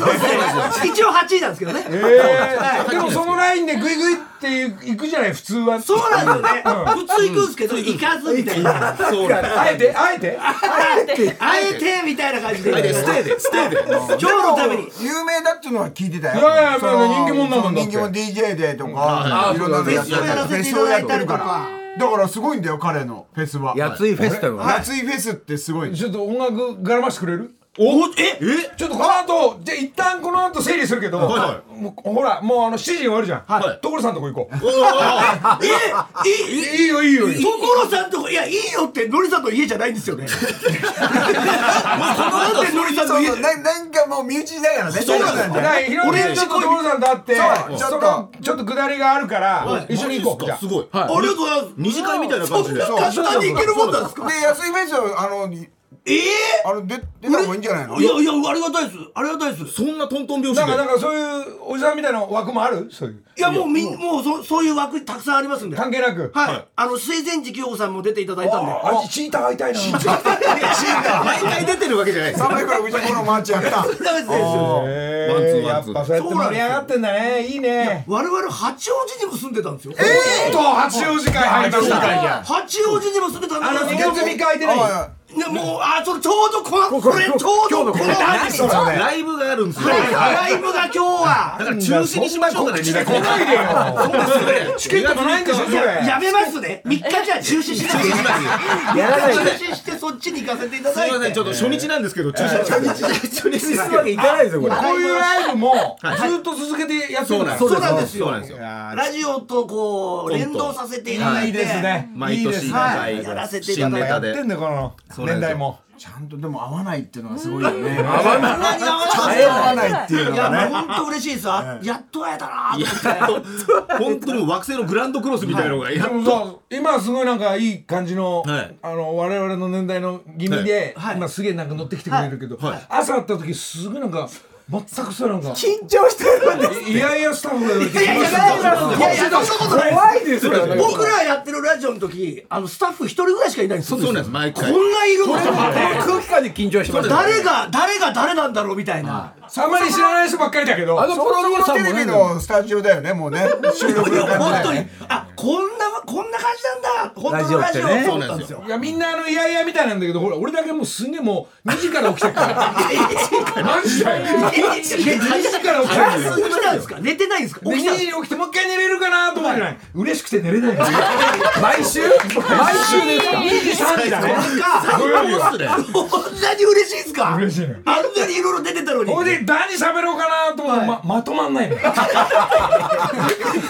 Speaker 9: 一応8位なんですけどね、
Speaker 2: えーでもそのラインでグイグイっていくじゃない普通は。
Speaker 9: そうなんですよね、普通行くんですけど行かずみたいな
Speaker 3: そうなんです。
Speaker 2: あえてあえて
Speaker 9: あえてみたいな感じで
Speaker 3: はいでステイでステイで。
Speaker 9: 今日のために
Speaker 4: 有名だっていうのは聞いてたよ。
Speaker 2: いやいや
Speaker 4: その
Speaker 2: まあ人気者だもんだって
Speaker 4: 人気者 DJ でとか、いろんなのやって
Speaker 9: フェスを
Speaker 4: た
Speaker 9: やらせ
Speaker 4: フェ
Speaker 9: てい
Speaker 4: ス
Speaker 9: た
Speaker 4: を
Speaker 9: だ
Speaker 4: や
Speaker 9: い
Speaker 4: ったて
Speaker 9: り
Speaker 4: る
Speaker 9: と
Speaker 4: か。
Speaker 9: から
Speaker 4: だからすごいんだよ、彼のフェスは。
Speaker 10: やついフェスタルは。
Speaker 4: 夏井フェスってすごい。
Speaker 2: ちょっと音楽絡ましてくれる
Speaker 9: おえ
Speaker 2: ちょっとこの後じゃあ一旦この後整理するけど、
Speaker 3: は
Speaker 2: もうほらもうあの7時に終わるじゃん、
Speaker 3: はい
Speaker 2: 所さんとこ行こう、
Speaker 9: ええいい
Speaker 2: いいよいいよいいよ
Speaker 9: 所さんとこいやいいよってのりさんの家じゃないんですよねなんでのりさん
Speaker 4: そ
Speaker 9: の
Speaker 4: う
Speaker 9: 家
Speaker 4: そうななんかもう身内だからね。そうなん
Speaker 2: だからヒロミちょっと所さんと会って
Speaker 4: そう
Speaker 2: そのちょっと下りがあるから一緒に行こうじゃあ
Speaker 3: すごい。
Speaker 9: ありがとうございます
Speaker 3: 二次会みたいな感じで。
Speaker 9: 簡単に行けるもんなんですか
Speaker 4: で、安いフェスは、あの、
Speaker 9: ええ
Speaker 4: あの出出た方がいいんじゃないの
Speaker 9: いやいや、ありがたいです。ありがたいです。
Speaker 3: そんなトントン拍子
Speaker 2: なんかなん
Speaker 3: で。
Speaker 2: かそういうおじさんみたいな枠もあるそういう
Speaker 9: いや、もうみん、もう、そ、そういう枠たくさんありますんで。は
Speaker 2: 関係なく
Speaker 9: い。あの、水前寺清子さんも出ていただいたんで。
Speaker 2: あれチーター会いたいな
Speaker 3: 毎回出てるわけじゃないです。
Speaker 4: 300から50頃回っちゃった。
Speaker 9: ダメですよ。
Speaker 2: へ
Speaker 3: ワンツー
Speaker 2: ー
Speaker 3: ワ
Speaker 2: や
Speaker 3: ンツー
Speaker 2: っぱそうやって盛り上がってんだねいいね
Speaker 9: 我々八王子にも住んでたんですよ。
Speaker 2: えっと八王子会入りました
Speaker 9: 八王子にも住んでたん
Speaker 2: あの
Speaker 9: です
Speaker 2: 2
Speaker 9: よ。
Speaker 2: 月3日空いてない
Speaker 4: あ
Speaker 9: ね、もう、あ、それちょうどこの、これちょうどこの、何それ
Speaker 3: ライブがあるんですよ。
Speaker 9: ライブが今日は。
Speaker 3: だから中止にしましょうかね。
Speaker 2: 来 ないでよ
Speaker 3: チ
Speaker 2: チケットもないんでしょそれ
Speaker 9: やめますね。3日じゃ中止しなきゃいやらない。中止してそっちに行かせていただ
Speaker 3: す
Speaker 9: い
Speaker 3: いません、
Speaker 9: て
Speaker 3: ちょ。っと初日なんですけど、中止初日初日
Speaker 10: するわけいかないですよ、これ。
Speaker 2: こういうライブもずっと続けてやってるんだ
Speaker 3: そうなんん
Speaker 9: で
Speaker 3: ですす
Speaker 9: よ
Speaker 3: よ。そうなんですよ。
Speaker 9: ラジオとこう連動させていただ
Speaker 2: い
Speaker 9: い
Speaker 2: い
Speaker 9: て、
Speaker 2: ですね
Speaker 3: 毎年一
Speaker 9: は
Speaker 3: 回
Speaker 9: いやらせていた
Speaker 3: 新
Speaker 9: だい
Speaker 3: ネ
Speaker 9: て
Speaker 2: や
Speaker 3: タ
Speaker 2: っ
Speaker 3: で
Speaker 2: てん。だよこの年代も
Speaker 4: ちゃんとでも合わないっていうのがすごいよね。
Speaker 9: そんなに合わ
Speaker 4: 合
Speaker 9: な
Speaker 4: わ
Speaker 9: い
Speaker 4: ないっていうの
Speaker 9: いや
Speaker 4: がね。
Speaker 9: 本当嬉しいですあやっと会えたなーと
Speaker 3: や
Speaker 9: 思っ
Speaker 3: っと本当にもう惑星のグランドクロスみたいなのが、い
Speaker 2: で
Speaker 3: や
Speaker 2: もさ今すごいなんかいい感じの,、
Speaker 3: はい
Speaker 2: あの我々の年代の気味で、
Speaker 9: はい
Speaker 2: 今すげえなんか乗ってきてくれるけど、
Speaker 3: はいはい
Speaker 2: 朝会った時すぐなんか全くそうなんか
Speaker 4: 緊張してるんで。
Speaker 2: いやいやスタッフが言って
Speaker 9: ていやいやいやいやそんなことない
Speaker 4: 怖いですよ。
Speaker 9: 僕らやってるラジオの時あのスタッフ一人ぐらいしかいないんです
Speaker 3: そ
Speaker 9: よ
Speaker 3: うなんです、毎
Speaker 9: こ
Speaker 3: 回。
Speaker 9: んないるの
Speaker 10: 空気感で緊張してました。
Speaker 9: 誰が誰が誰なんだろうみたいな
Speaker 2: あんまり知らない人ばっかりだけど
Speaker 10: あの、ポロロ
Speaker 4: こ
Speaker 10: さ
Speaker 4: の
Speaker 10: ん
Speaker 4: テ
Speaker 10: も
Speaker 4: レビ
Speaker 10: ね。
Speaker 4: のスタジオだよね、もうね。収録
Speaker 9: い
Speaker 4: の
Speaker 9: や本
Speaker 4: 感
Speaker 9: 当
Speaker 4: じ
Speaker 9: にあこんなはこんな感じなんだ本当の
Speaker 10: ラ
Speaker 9: ラ
Speaker 10: ジ
Speaker 9: ジ
Speaker 10: オ
Speaker 9: オ
Speaker 10: ってね
Speaker 9: そうなんですよ
Speaker 2: いやみんなあのいやいやみたいなんだけどほら俺だけもうすげえもう2時から起きてるから マジで2時から起きてるんだよ
Speaker 9: 起きたんですか寝てないんですか
Speaker 2: で2
Speaker 9: 起きたん
Speaker 2: 時
Speaker 9: で
Speaker 2: に起きてもう一回寝れるかなと思ってない 嬉しくて寝れない毎週毎週ですか2時3時だね
Speaker 9: すか
Speaker 2: 土曜日は
Speaker 9: こんなに嬉しいんですか
Speaker 2: 嬉しいのよ
Speaker 9: あんなにいろいろ出てたのに
Speaker 2: ほいで何喋ろうかなと思ってままとまんないの
Speaker 4: 俺だって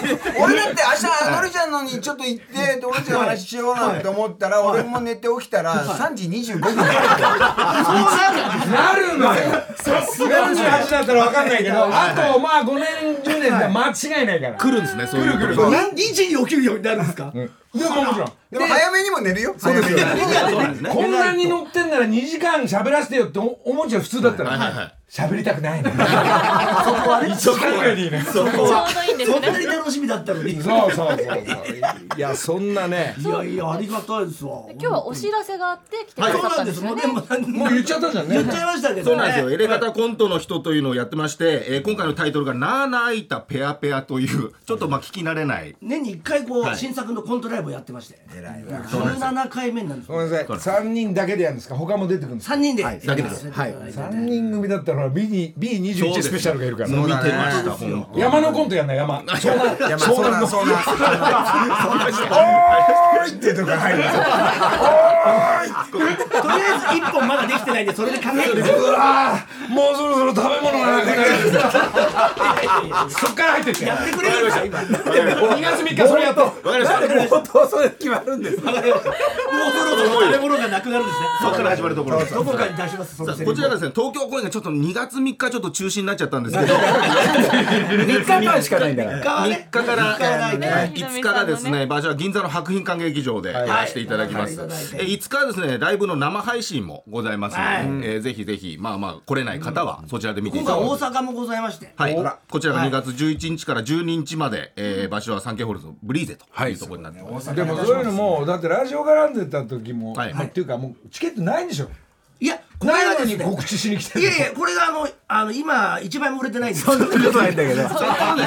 Speaker 4: 明日ドルちゃんのにちょっと行ってドルちゃんの話しようなんて思ったら俺も寝て起きたら3時25分
Speaker 2: なるのよさすが48だったら分かんないけどあとまあ5年10年で間違いないから
Speaker 3: 来るんですねそういう来る
Speaker 9: 何時に起きるようになるんですか
Speaker 2: でももちろん
Speaker 4: でも早めにも寝るよそうですよ
Speaker 2: こんなに乗ってんなら2時間喋らせてよって思っちゃう普通だったら喋りたくないのそこはね
Speaker 9: そこは
Speaker 7: ちょうどいいんです
Speaker 9: そ
Speaker 7: ね
Speaker 9: んなに楽しみだったのに
Speaker 2: そうそうそうそういやそんなね
Speaker 9: いやいやありがたいですわ
Speaker 7: 今日はお知らせがあって来てく
Speaker 9: はい
Speaker 7: だ
Speaker 9: そう
Speaker 7: さ
Speaker 9: な
Speaker 7: った
Speaker 9: ん
Speaker 7: んで
Speaker 9: ですす
Speaker 7: よ
Speaker 9: もう
Speaker 7: ね
Speaker 9: でも何
Speaker 2: もう言っちゃったじゃんね
Speaker 9: 言っちゃいましたけどね
Speaker 3: そうなんですよ。エレガタコントの人というのをやってまして、えー今回のタイトルがナーナーイタペアペアという、ちょっとまあ聞き慣れない。
Speaker 9: 年に一回こう、
Speaker 3: はい
Speaker 9: 新作のコントライブをやってまして17回目なんです
Speaker 2: ごめんなさい3人だけでやるんですか他も出てくるんですか
Speaker 9: 3人で、
Speaker 3: だけです
Speaker 9: はいただいて、
Speaker 2: 3人組だったら B に B21 スペシャルがいるから
Speaker 3: 伸びてました、ほんと。
Speaker 2: 山のコントやんない山湘南湘南の
Speaker 4: そうな
Speaker 2: おーいってとか入る
Speaker 9: とりあえず1本まだできてないんでそれで考えて
Speaker 2: うわーもうそろそろ食べ物がなくなるそっから入ってって
Speaker 9: やってくれるんですよ今もう
Speaker 2: 2月3日それやっと
Speaker 3: わかりました。
Speaker 10: 本当それ決まるんです
Speaker 9: そろそろ食べ物がなくなるんですね
Speaker 3: そこから始まるところです。
Speaker 9: どこかに出しますその
Speaker 3: さ
Speaker 9: セ
Speaker 3: あ
Speaker 9: リフ
Speaker 3: こちらがですね、東京公演がちょっと2月3日ちょっと中止になっちゃったんですけど、
Speaker 10: 3日間しかないんだから
Speaker 9: は
Speaker 3: 3
Speaker 9: ね
Speaker 3: 日から
Speaker 9: 3日から
Speaker 3: えー5日がですね、場所は銀座の白品館劇場でやらせていただきます。え
Speaker 9: は
Speaker 3: ー
Speaker 9: い
Speaker 3: 5日はですね、ライブの生配信もございます
Speaker 9: はい
Speaker 3: ので、えーぜひぜひ、まあまあ来れない方はそちらで見てい
Speaker 9: 今
Speaker 3: ただ
Speaker 9: 回
Speaker 3: きます
Speaker 9: 大。阪もございまして
Speaker 3: はい
Speaker 9: お、
Speaker 3: こちらが2月11日から12日まで、えー場所はサンケイホールズのブリーゼというところになってます。
Speaker 2: でもそういうのもだってラジオ絡んでた時も、
Speaker 3: はい
Speaker 2: もうっていうかもうチケットないんでしょ
Speaker 9: いやこれ
Speaker 2: な
Speaker 9: が
Speaker 2: いの
Speaker 9: で
Speaker 2: に
Speaker 9: すね
Speaker 2: 告知しに来て
Speaker 9: い
Speaker 2: る
Speaker 9: やいやこれがあのあの今一枚も売れてないんですよ
Speaker 10: ことないんだ けど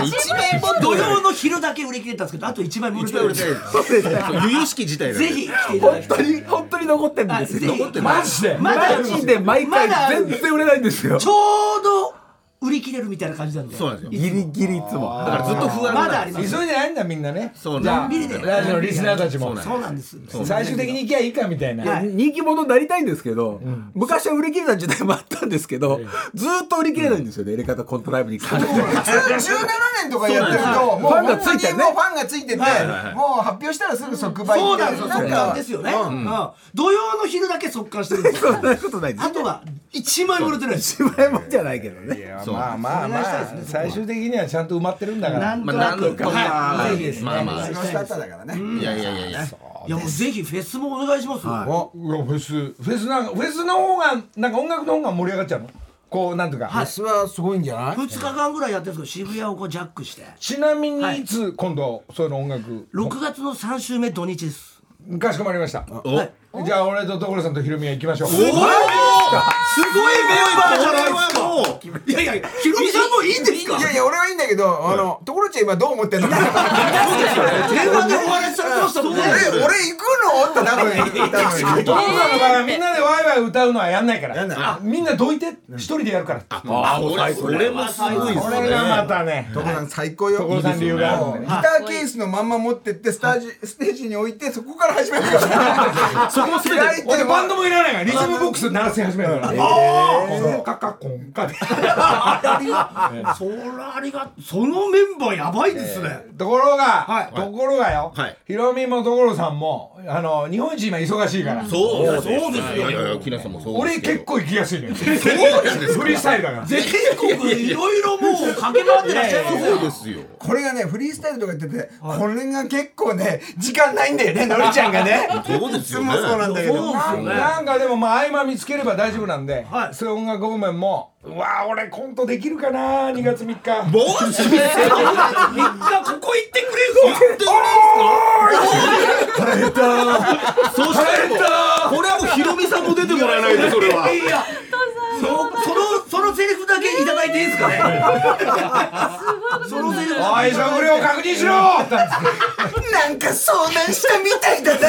Speaker 3: 一面も
Speaker 9: 土曜の昼だけ売り切れたんですけどあと一枚も売れ
Speaker 3: 一
Speaker 9: て
Speaker 3: 面
Speaker 9: ない
Speaker 3: 売
Speaker 9: ん
Speaker 3: れて
Speaker 9: で
Speaker 3: な
Speaker 9: す
Speaker 3: い
Speaker 9: よ
Speaker 3: です。由々しき事態だよね
Speaker 9: ぜひ来ていただ
Speaker 10: 本
Speaker 9: きたい
Speaker 10: 当に本当に残ってるん
Speaker 9: あ
Speaker 10: です
Speaker 9: ぜ
Speaker 10: よ
Speaker 9: ひ
Speaker 2: マジで
Speaker 9: まだ
Speaker 10: マジで毎
Speaker 9: まだあ
Speaker 10: 回
Speaker 9: る
Speaker 10: 全然売れないんですよ
Speaker 9: ちょうど売り切れるみたいな感じなんで
Speaker 3: そうなんですよ。
Speaker 10: ギリギリいつも
Speaker 3: だからずっと不安
Speaker 9: ま
Speaker 3: な
Speaker 9: だ
Speaker 3: ん
Speaker 9: あ
Speaker 3: で
Speaker 9: り
Speaker 3: す。
Speaker 2: 急
Speaker 9: ま
Speaker 2: い
Speaker 9: す
Speaker 2: でないんだみんなね
Speaker 3: そう
Speaker 2: じゃ
Speaker 3: な
Speaker 2: あ
Speaker 3: ん
Speaker 9: ビリで
Speaker 2: ラジオのリスナーたちも
Speaker 9: そうなんです
Speaker 3: そう
Speaker 2: 最終的に行きゃいいかみたいな、
Speaker 9: はい
Speaker 10: 人気者になりたいんですけど、昔は売り切れた時代もあったんですけど、ずーっと売り切れないんですよね、エレカタコントライブに関しては。
Speaker 4: 17年とかやってるともう
Speaker 10: ファン
Speaker 4: 本
Speaker 10: がつ
Speaker 4: 当
Speaker 10: いて
Speaker 4: に
Speaker 10: るね
Speaker 4: もうファンがついててもう発表したらすぐ即売
Speaker 9: そう
Speaker 4: みた
Speaker 9: ないんです
Speaker 4: な
Speaker 9: よ
Speaker 4: な
Speaker 9: 速
Speaker 4: ん
Speaker 9: 乾
Speaker 4: か
Speaker 9: ですよね、うん土曜の昼だけ速乾してるんです
Speaker 10: そ
Speaker 9: よ
Speaker 10: んなことないです
Speaker 9: あ。とは一枚も売れてないです
Speaker 10: 一枚もんじゃないけどね。
Speaker 2: いやまあまあまあ、最終的にはちゃんと埋まってるんだから
Speaker 9: なんと
Speaker 3: まあ
Speaker 9: な
Speaker 3: なん
Speaker 9: く
Speaker 3: とかまあ
Speaker 9: はいぜひですね
Speaker 3: まあまあ
Speaker 4: 楽しかっただからね
Speaker 3: いやいやいやいや。
Speaker 9: いやもうぜひフェスもお願いしますよ、
Speaker 10: は
Speaker 2: あうわフェスフェスなんかフェスの方がなんか音楽の方が盛り上がっちゃうのこうなんとか、
Speaker 4: 明日はすごいんじゃない
Speaker 9: 2日間ぐらいやってるんですけど渋谷をこうジャックして
Speaker 2: ちなみ
Speaker 9: は
Speaker 2: に
Speaker 9: い
Speaker 2: いつ今度そういうの音楽
Speaker 9: 6月の3週目土日です
Speaker 2: かしこまりました
Speaker 3: お、
Speaker 9: はい
Speaker 2: じゃあ俺と所さんとひろみは行きましょう
Speaker 3: おすごいメンバーじゃないですか。もう
Speaker 9: いやいやヒロミさんもいいんですか
Speaker 4: いやいや俺はいいんだけどあのところちゃん今どう思ってんの え
Speaker 9: 電話でお話しされてましたもんね
Speaker 4: 俺行くのって多分言ったのに
Speaker 2: 所さんの場合はみんなでワイワイ歌うのはやんないからあみんなどいて一人でやるから
Speaker 3: あ、俺それもすごいです
Speaker 2: こ
Speaker 3: ね。
Speaker 2: れがまたね
Speaker 4: 所さん最高よ
Speaker 2: 所さん理由があるんで
Speaker 4: ギ
Speaker 2: ね
Speaker 4: ターケースのまんま持ってってスタジステージに置いてそこから始めるから
Speaker 3: そこもすべて。
Speaker 4: 開いて
Speaker 2: ほんで
Speaker 4: る
Speaker 2: バンドもいらないからリズムボックス鳴らせ始めるからああカカコンカで
Speaker 9: そらありがそのメンバーやばいですね、
Speaker 2: ところが、
Speaker 9: はい
Speaker 2: ところがよ、
Speaker 3: はい
Speaker 2: ひろみも所さんもあの日本一今忙しいから、
Speaker 3: そうそうですよ。いやいや、木梨さんもそうで
Speaker 2: 俺
Speaker 3: すけど
Speaker 2: 結構行きやすいのよ そうなんですフリースタイルだから
Speaker 9: 全国いろいろもう駆け回ってらっしゃいますよ
Speaker 3: そうですよ。
Speaker 4: これがねフリースタイルとか言っててこれが結構ね時間ないんだよねのりちゃんがね
Speaker 3: そうですよね
Speaker 4: いつもそうなんだけど
Speaker 9: そうですよね
Speaker 2: なんかでもまあ合間見つければ大丈夫なんで、
Speaker 9: はい
Speaker 2: そういう音楽方面もうわー俺コントできるかな2月3日
Speaker 3: 帽子みたいなみんなここ行ってくれるぞそしてこれはもうヒロミさんも出てもらえないでそれはい
Speaker 9: やそそのそのセリフだけいただいていいですかね
Speaker 7: す
Speaker 9: そ
Speaker 7: ごい
Speaker 9: のせいで
Speaker 2: おい食料確認しろ
Speaker 9: なんか遭難したみたいだな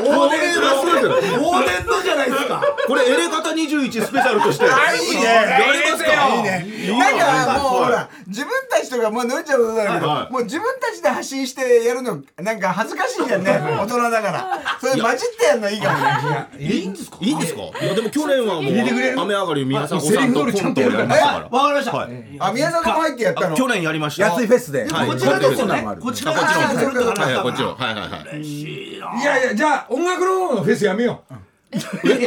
Speaker 9: 往年の往年のじゃないですか
Speaker 3: これエレカタ21スペシャルとして
Speaker 9: あいいね
Speaker 3: やりますか
Speaker 2: いい
Speaker 9: なんかもうほら自分たちとかまあのりちゃんもそうだけ
Speaker 3: はいは
Speaker 9: どもう自分たちで発信してやるのなんか恥ずかしいじゃんね大人だからそれ混じってやるのいいかもね
Speaker 3: いいんですかいいんですかいやでも去年はもう雨上がり皆さんお
Speaker 2: セリ
Speaker 3: さん
Speaker 2: フ
Speaker 3: と
Speaker 2: 通り
Speaker 3: コント
Speaker 2: ちゃ
Speaker 3: や
Speaker 2: ん
Speaker 3: り
Speaker 2: とやる
Speaker 3: ましたから
Speaker 9: わかりました
Speaker 3: はい
Speaker 9: あ宮沢も入ってやった
Speaker 3: あ
Speaker 9: の
Speaker 3: 去年やりました
Speaker 10: 安いフェスで。
Speaker 3: はい
Speaker 9: こちらですよ
Speaker 10: はい
Speaker 9: ねこちら
Speaker 3: こっちの
Speaker 9: が
Speaker 3: 方
Speaker 9: それと
Speaker 3: はいはいこ
Speaker 9: こ
Speaker 3: っちのはいはいはい
Speaker 2: いやいやじゃあ音楽の方のフェスやめよう今度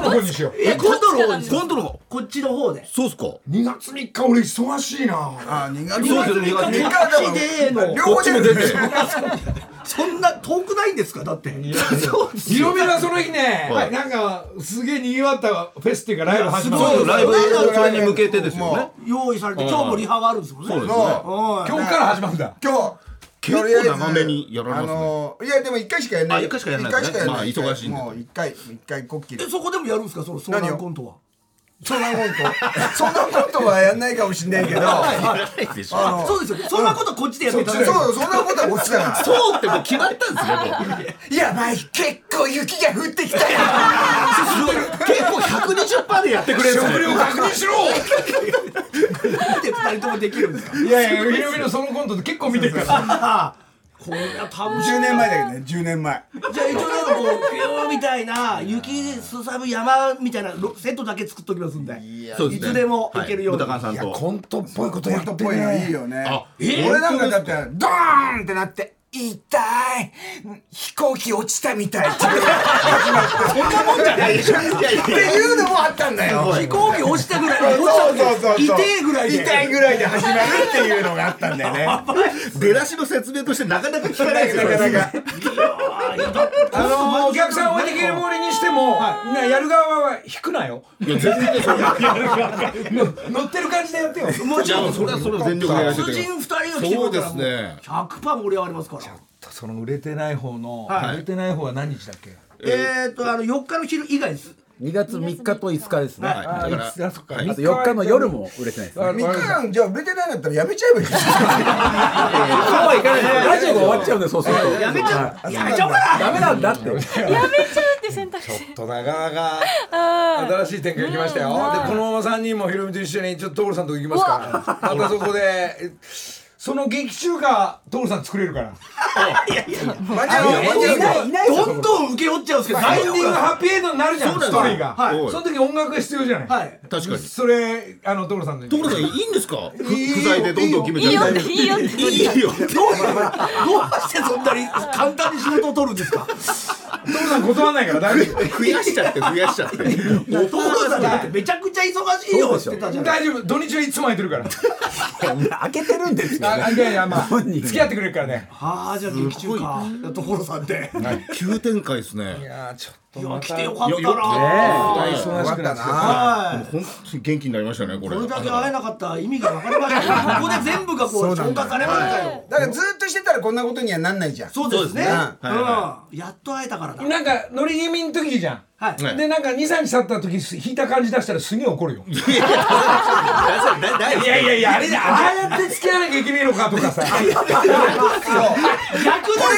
Speaker 2: の方にしよう
Speaker 9: えコントロー
Speaker 3: コントの方
Speaker 9: こっちの方で
Speaker 3: そうっすか
Speaker 2: 2月3日俺忙しいな
Speaker 9: あ苦
Speaker 3: そうですよね苦手
Speaker 9: 苦手での
Speaker 3: こっちも出て
Speaker 9: そんな遠くないんですかだってそうですよ
Speaker 2: 広めがその日ね
Speaker 3: はい
Speaker 2: なんかすげえにぎわったフェスっていうかライブ始ま
Speaker 3: そう
Speaker 2: る
Speaker 3: ライブそれに向けてですよね
Speaker 9: 用意されて今日もリハがあるんですもんね
Speaker 3: そうですね
Speaker 9: 今
Speaker 2: 今日から始まるんだ
Speaker 4: 今日
Speaker 3: 結構
Speaker 4: とりあえず
Speaker 3: 長めにやられますね
Speaker 4: あのーいやでも一回しかやらない
Speaker 3: あ一回しかやらない
Speaker 4: 一回しかやらない
Speaker 3: まあ忙しいんで
Speaker 4: もう一回一回こっきり
Speaker 9: えそこでもやるんですかその相談コントは
Speaker 4: そんなこと そんなことはやんないかもしんないけど
Speaker 3: やらないでしょ
Speaker 4: あ
Speaker 9: そうですよねそんなことはこっちでやっていた
Speaker 4: そ
Speaker 9: だいて
Speaker 4: うそんなことはこっちだから
Speaker 3: そうってもう決まったんですねもう
Speaker 9: やばい結構雪が降ってきたよ
Speaker 3: 結構120%でやってくれるんですね
Speaker 2: 食料確認しろ
Speaker 9: 見て二人ともできるんですか
Speaker 2: いやいや広めのそのコントで結構見てるから
Speaker 9: これは楽しい
Speaker 4: 10年前だけどね10年前
Speaker 9: じゃあ一応なんかこうピューみたいな雪すさぶ山みたいなろセットだけ作っときますんで
Speaker 3: そうですね
Speaker 9: いつでもいけるように
Speaker 3: はい豚缶さんと
Speaker 2: コントっぽいこと
Speaker 4: コ
Speaker 2: や
Speaker 4: ント
Speaker 2: っ
Speaker 4: ってぽいの
Speaker 2: ね
Speaker 4: いいよね
Speaker 3: あえー
Speaker 4: 俺なんかだってドーンってなって痛い飛行機落ちたみたいってっていうのもあったんだよ
Speaker 9: 飛行機落ちたぐらい
Speaker 4: そう
Speaker 9: 落ちたん
Speaker 4: そうそう
Speaker 9: ですよ痛えぐらいで
Speaker 4: 痛いぐらいで始まるっていうのがあったんだよね
Speaker 3: 出だしの説明としてなかなか聞かない ですよ
Speaker 4: なかなか
Speaker 2: あのーお客さん置いてけぼりにしてもなやる側は引くなよ
Speaker 3: いや全然ですよ
Speaker 2: 乗ってる感じでやってよ
Speaker 9: も
Speaker 3: じ
Speaker 9: ち
Speaker 3: ゃ
Speaker 9: ろ
Speaker 3: あ
Speaker 9: ん
Speaker 3: それはそれは全力でやらせてくだ
Speaker 9: 通
Speaker 3: さい
Speaker 9: 人二人の規模だ
Speaker 3: そうですね
Speaker 9: からもう100%盛り上がりますから
Speaker 2: その売れてない方の
Speaker 9: はい
Speaker 2: 売れてない方は何日だっけ
Speaker 9: えーっとあの4日の昼以外です
Speaker 10: 2月3日と5日ですね。
Speaker 9: はい
Speaker 10: あ
Speaker 3: だから
Speaker 2: あそっか
Speaker 10: と4日の夜も売れてないですね。
Speaker 2: 3
Speaker 4: 3日間じゃあ売れてないんだったらやめちゃえばいいじゃん
Speaker 10: はいかない。ラジオが終わっちゃうんで、そうすると。
Speaker 9: やめちゃうやめちゃおうかな
Speaker 10: ダメなんだって。
Speaker 7: って選択肢
Speaker 2: ちょっとなかなか新しい展開来ましたよ、でこのまま3人もヒロミと一緒にちょっと徹さんとこ行きますかまたそこでえその劇中歌徹さん作れるから
Speaker 4: 間に合う間に合う
Speaker 2: ないない
Speaker 9: どんどん受け負っちゃうんですけど
Speaker 2: エ
Speaker 9: 大
Speaker 2: ンディングハッピーエンドになるじゃんストーリーが、
Speaker 9: はい
Speaker 2: その時音楽が必要じゃない、
Speaker 9: はい
Speaker 3: 確かに
Speaker 2: それあの徹さんの
Speaker 3: 所さんいいんですかふ不在でどんどん決め
Speaker 7: いい
Speaker 3: ち
Speaker 7: よ
Speaker 3: ゃ
Speaker 7: っ
Speaker 3: う
Speaker 7: ていいよって
Speaker 3: いいよ
Speaker 9: どうしてそんなに簡単に仕事を取るんですか
Speaker 2: 徹さん断らないから大丈夫
Speaker 3: 増やしちゃって増やしちゃって
Speaker 9: お父さんだってめちゃくちゃ忙しいよって言ってたじゃない
Speaker 2: 大丈夫土日はいつも空いてるから
Speaker 10: 開けてるんですよ。
Speaker 2: あいやいやまあ
Speaker 10: 本人
Speaker 2: 付き合ってくれるからね
Speaker 9: ああじゃあ劇中か所さんって
Speaker 3: 急展開ですね
Speaker 2: やちょっと
Speaker 9: いや来てよかったな
Speaker 2: 大忙しくなってきた
Speaker 9: はい
Speaker 3: 本当に元気になりましたねこれ
Speaker 9: これだけ会えなかった意味が分かりましたよここで全部がこう消化されましたよ
Speaker 4: だからずっとしてたらこんなことにはなんないじゃん
Speaker 9: そうですね
Speaker 4: そう
Speaker 9: う
Speaker 3: ね
Speaker 9: ん
Speaker 3: は
Speaker 9: やっと会えたからだ
Speaker 2: なんか乗り気味の時じゃん、
Speaker 9: はい
Speaker 3: はい
Speaker 2: でなんか23日経った時す引いた感じ出したらすげえ怒るよいやいやいやあれだああやって付き合わなきゃいけねえのかとかさ
Speaker 4: 俺
Speaker 9: 逆で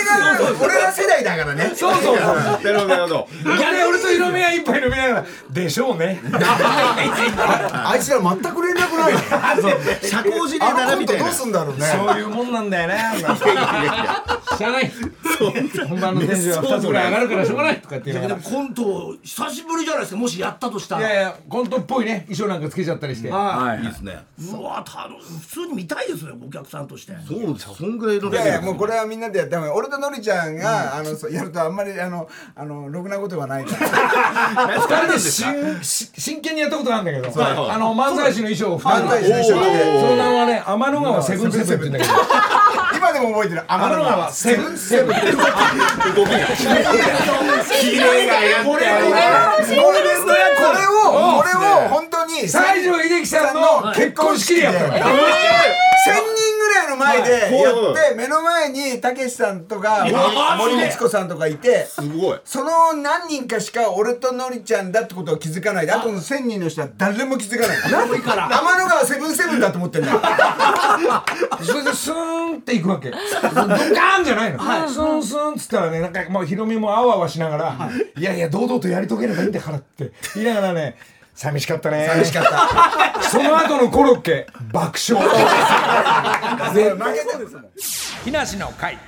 Speaker 4: ら俺ら世代だからね
Speaker 2: そうそうそう
Speaker 3: なるほどなるほど
Speaker 2: いやね俺と色目は一杯飲みながらでしょうね
Speaker 4: あいつら全く連絡ないよ
Speaker 3: 社交辞令
Speaker 4: あ
Speaker 3: だな
Speaker 4: のコン
Speaker 3: み
Speaker 4: ト
Speaker 3: たい
Speaker 4: ど
Speaker 3: な
Speaker 4: うすんだろうね
Speaker 2: そういうもんなんだよね 知らない本番のテンションが2つぐらい上がるからしょうがないとかって言いなが
Speaker 9: で
Speaker 2: ら
Speaker 9: もコント久しぶりじゃないですかもしやったとした
Speaker 2: いやい
Speaker 9: ら
Speaker 2: やコントっぽいね衣装なんかつけちゃったりして
Speaker 9: はい
Speaker 10: はい
Speaker 3: いいですね
Speaker 9: うわ楽し普通に見たいですねお客さんとして
Speaker 3: そうですそんぐらいの
Speaker 4: いやいやもうこれはみんなでやった方がいい俺とのりちゃんが、あのそうやるとあんまりあのあのろくなことはないから
Speaker 2: 2人でしんし真剣にやったことがあるんだけど、
Speaker 3: はいはい
Speaker 2: あの漫才師の衣装を2
Speaker 4: 漫
Speaker 2: 人
Speaker 4: 才
Speaker 2: で
Speaker 4: 師の衣装着て
Speaker 2: その名はね天の川セブンセブンって言うんだけど
Speaker 4: 今でも覚えてる天
Speaker 2: 天の川セブンセブンって
Speaker 4: これこれこれこれをこれを本当に
Speaker 2: 西城秀樹さんの結婚式でやったの
Speaker 4: 1000人ぐらいのの前でや
Speaker 9: はいこう
Speaker 4: って目の前にたけしさんとか
Speaker 9: いやマジ
Speaker 4: 森
Speaker 9: で
Speaker 4: 光子さんとかいて
Speaker 3: すごい
Speaker 4: その何人かしか俺とのりちゃんだってことを気づかないであとの1000人の人は誰も気づかない
Speaker 2: 何から
Speaker 4: 天の川セブンセブンだと思ってんだよ
Speaker 2: それでスーンっていくわ けドカーンじゃないの、スーンスーンっつったらねなんかもうヒロミもあわあわしながら、い、やいや堂々とやり遂げればいいんだからって言いながらね寂しかったね寂しかった その後のコロッケ爆笑
Speaker 4: 全負けてる
Speaker 2: 木梨の会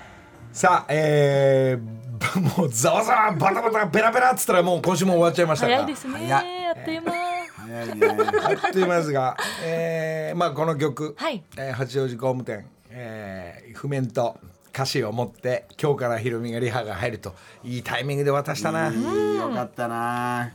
Speaker 2: さあえー、もうざわざわバタバタベラベラっつったらもう今週も終わっちゃいましたから
Speaker 7: 早いですねあっという間
Speaker 2: あっという間ですが、えーまあ、この曲、
Speaker 7: はい
Speaker 2: えー八王子工務店、えー譜面と歌詞を持って今日からヒロミがリハが入るといいタイミングで渡したな
Speaker 4: よかったな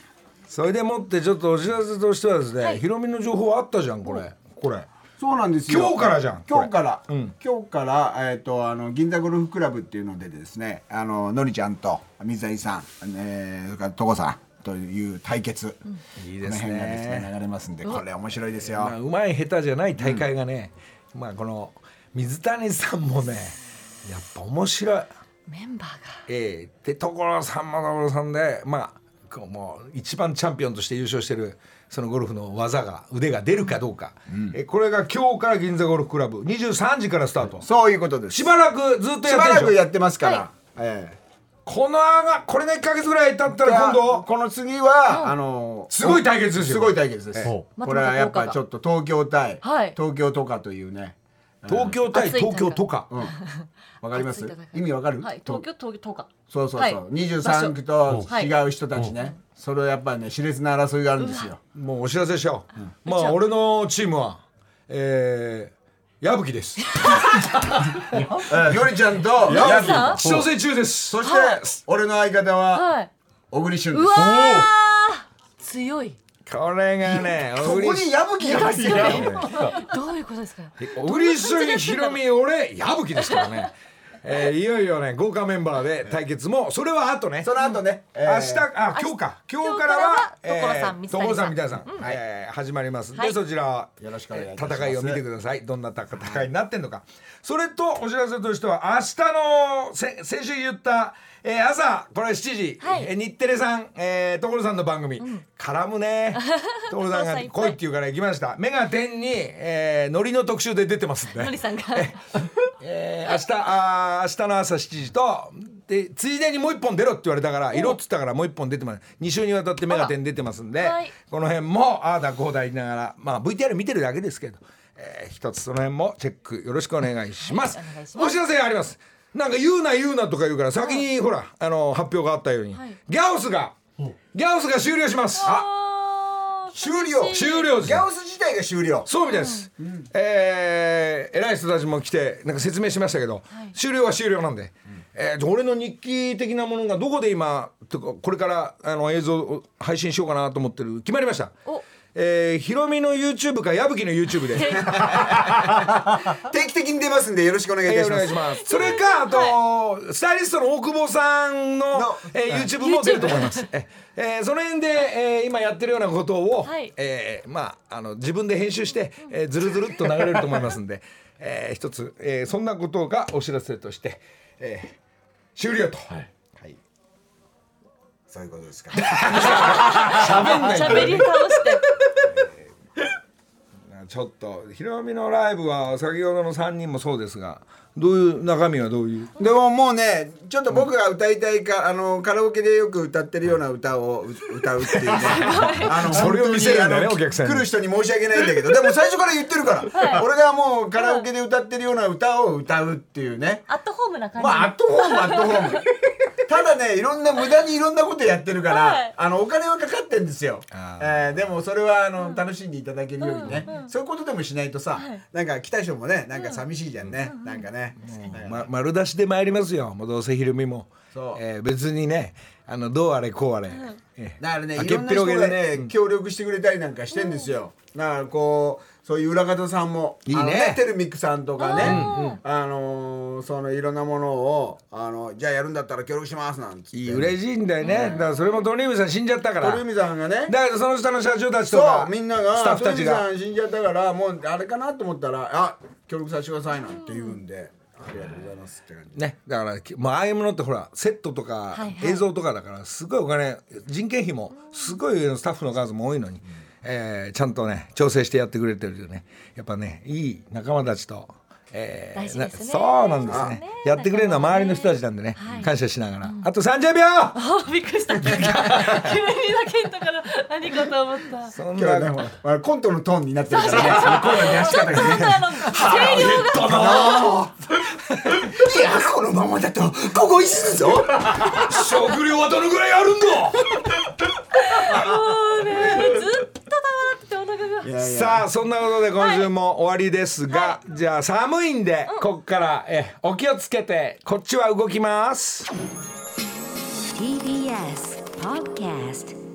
Speaker 2: それでもってちょっとお知らせとしてはですね、ヒロミの情報あったじゃんこれこれ
Speaker 4: そうなんですよ
Speaker 2: 今日からじゃん
Speaker 4: 今日から、
Speaker 2: これうん
Speaker 4: 今日から、えっとあの銀座ゴルフクラブっていうのでですねあののりちゃんと水井さん、えー、それからとこさんという対決、
Speaker 2: いい
Speaker 4: こ
Speaker 2: で
Speaker 4: の
Speaker 2: す
Speaker 4: 辺がです
Speaker 2: ね
Speaker 4: ね流れますんでこれ面白いです
Speaker 2: まあ、
Speaker 4: よ
Speaker 2: うまい下手じゃない大会がね、まあこの水谷さんもねやっぱ面白い
Speaker 7: メンバーが
Speaker 2: ええで所さんも所さんでまあこうもう一番チャンピオンとして優勝してるそのゴルフの技が腕が出るかどうか、えこれが今日から銀座ゴルフクラブ23時からスタート
Speaker 4: そういうことですし
Speaker 2: しばらくずっとやってるで
Speaker 4: ばら
Speaker 2: しょ
Speaker 4: くやってますから、
Speaker 7: は
Speaker 4: ええ
Speaker 2: このあがこれが1か月ぐらい経ったら今度
Speaker 4: この次はあの
Speaker 2: すごい対決ですよ
Speaker 4: すごい対決です、
Speaker 2: え
Speaker 7: え
Speaker 4: これはやっぱちょっと東京対、
Speaker 7: はい
Speaker 4: 東京とかというね
Speaker 2: 東京対
Speaker 7: 熱い
Speaker 2: 東京とか、
Speaker 4: わかります
Speaker 7: 熱い戦い
Speaker 4: 意味わかる、
Speaker 7: はい
Speaker 4: と
Speaker 7: 東京東京とか
Speaker 4: そうそうそう、
Speaker 7: はい
Speaker 4: 23区と違う人たちね、それはやっぱね熾烈な争いがあるんですよ
Speaker 2: もうお知らせしよう、まあ俺のチームはえー、矢吹 です
Speaker 4: のりちゃんとヤギ
Speaker 7: さん
Speaker 2: 調整中です
Speaker 4: そして、俺の相方は
Speaker 7: はい
Speaker 4: 小栗旬で
Speaker 7: う
Speaker 4: す
Speaker 7: わー強い
Speaker 2: これがね
Speaker 4: ここに矢吹が入ってる
Speaker 7: どういうことですか
Speaker 2: ウリスイヒロミ俺矢吹ですからね、えーいよいよね豪華メンバーで対決もそれはあとね
Speaker 4: その後ね、え
Speaker 2: 明
Speaker 4: ー
Speaker 2: 日あ今日か
Speaker 7: 明日
Speaker 2: 今日からは
Speaker 7: 今日からは所
Speaker 2: え
Speaker 7: さん
Speaker 2: ー
Speaker 7: 水谷さん
Speaker 2: 所さんみたいさん、えー始まります、
Speaker 7: はい
Speaker 2: でそちらは
Speaker 4: よろしくお願いいたします
Speaker 2: 戦いを見てくださいどんな戦いになってんのか、それとお知らせとしては明日のせ先週言った、えー朝これ7時、
Speaker 7: はい
Speaker 2: えー日テレさん、えー、所さんの番組、絡む ね所さんが来いって言うから行きました「目が点に」えー、ノリの特集で出てます んで
Speaker 7: のりさんが
Speaker 2: えー明日あー明日の朝7時とでついでにもう一本出ろって言われたから色っつったからもう一本出てます2週にわたって『目が点』出てますんで、
Speaker 7: はい
Speaker 2: この辺もああだこうだ言いながら、まあ、VTR 見てるだけですけど、えー一つその辺もチェックよろしくお願いします。
Speaker 7: はいお願いします
Speaker 2: お知らせがありますなんか言うな言うなとか言うから先にほらあの発表があったように、
Speaker 7: い
Speaker 2: ギャオスがギャオスが終了します。あ
Speaker 7: あー
Speaker 4: 終了
Speaker 2: 終了です
Speaker 4: ギャオス自体が終了
Speaker 2: そうみたいです、えー偉い人たちも来てなんか説明しましたけど、終了は終了なんで、えーじゃあ俺の日記的なものがどこで今とかこれからあの映像を配信しようかなと思ってる決まりました
Speaker 7: お
Speaker 2: えー、ヒロミの YouTube か矢吹の YouTube で
Speaker 4: 定期的に出ますんでよろしくお願いい
Speaker 2: え
Speaker 4: た
Speaker 2: ーお
Speaker 4: しま
Speaker 2: 願い
Speaker 4: す
Speaker 2: しますそれかあと、スタイリストの大久保さんの
Speaker 4: の
Speaker 2: えー YouTube も出ると思います、ええーその辺で、えー今やってるようなことを、
Speaker 7: はい
Speaker 2: えーまああの自分で編集して、えー、ずるずるっと流れると思いますんで、えー一つ、えーそんなことがお知らせとして、えー終了と、はい
Speaker 4: そういうことですか
Speaker 7: 喋り倒して
Speaker 2: ちょっとヒロミのライブは先ほどの3人もそうですがどういう中身はどういう
Speaker 4: でももうねちょっと僕が歌いたいか、あのカラオケでよく歌ってるような歌をう歌うって いうねあの
Speaker 2: それを
Speaker 4: 本当に
Speaker 2: 見せるんだね
Speaker 4: あの
Speaker 2: お客さんに
Speaker 4: 来る人に申し訳ないんだけどでも最初から言ってるから、 俺がもうカラオケで歌ってるような歌を歌うっていうね
Speaker 7: アットホームな感じ
Speaker 4: まあアットホームアットホー ムただねいろんな無駄にいろんなことやってるから、
Speaker 7: はい
Speaker 4: あのお金はかかってんですよ、えーでもそれはあの、楽しんでいただけるようにね、そういうことでもしないとさ、なんか来た人もねなんか寂しいじゃんね、なんかね、うん
Speaker 2: ま、丸出しで参りますよもうどうせひるみも
Speaker 4: そう、
Speaker 2: えー別にねあのどうあれこうあれ、え
Speaker 4: だからね、
Speaker 2: 開
Speaker 4: い
Speaker 2: け
Speaker 4: ろ
Speaker 2: っ
Speaker 4: んな
Speaker 2: ぴろ
Speaker 4: 人
Speaker 2: げ
Speaker 4: が
Speaker 2: で
Speaker 4: ね、協力してくれたりなんかしてんですよ。だからこう、そういう裏方さんも、
Speaker 2: いいね
Speaker 4: あのテルミックさんとかね、あのー、そのいろんなものを、あの、じゃあやるんだったら協力しますなんつって。
Speaker 2: いい嬉しいんだよね、だからそれも鳥海さん死んじゃったから
Speaker 4: テルミさんがね、
Speaker 2: だからその下の社長たちと
Speaker 4: そ
Speaker 2: か
Speaker 4: う、みんなが、
Speaker 2: スタッフたち
Speaker 4: テ
Speaker 2: が
Speaker 4: ルミさん死んじゃったから、もうあれかなと思ったら、あ、
Speaker 9: 協力させてくださいなんて言うんで、ありがとうございますって感じ。
Speaker 2: ね、だからきまあああいうものってほらセットとか
Speaker 9: はいはい
Speaker 2: 映像とかだからすごいお金人件費もすごいスタッフの数も多いのに、えーちゃんとね調整してやってくれてるよねやっぱねいい仲間たちと。えー
Speaker 5: 大事
Speaker 2: な
Speaker 5: ですね
Speaker 2: そうなんですねやってくれるのは周りの人たちなんでね、感謝しながら、あと30秒
Speaker 7: あびっくり した急に泣けたから何かと思った
Speaker 2: そん
Speaker 9: 今日はねほらコントのトーンになってるからね。そのコーナーのやし方がね。
Speaker 7: 声量が
Speaker 9: いやこのままだとここ死ぬぞ。
Speaker 2: 食料はどのぐらいあるんだ
Speaker 7: もうねずっと黙っててお腹が
Speaker 2: さあそんなことで今週も終わりですが、じゃあ寒いんで、こっからえお気をつけてこっちは動きます
Speaker 1: TBS Podcast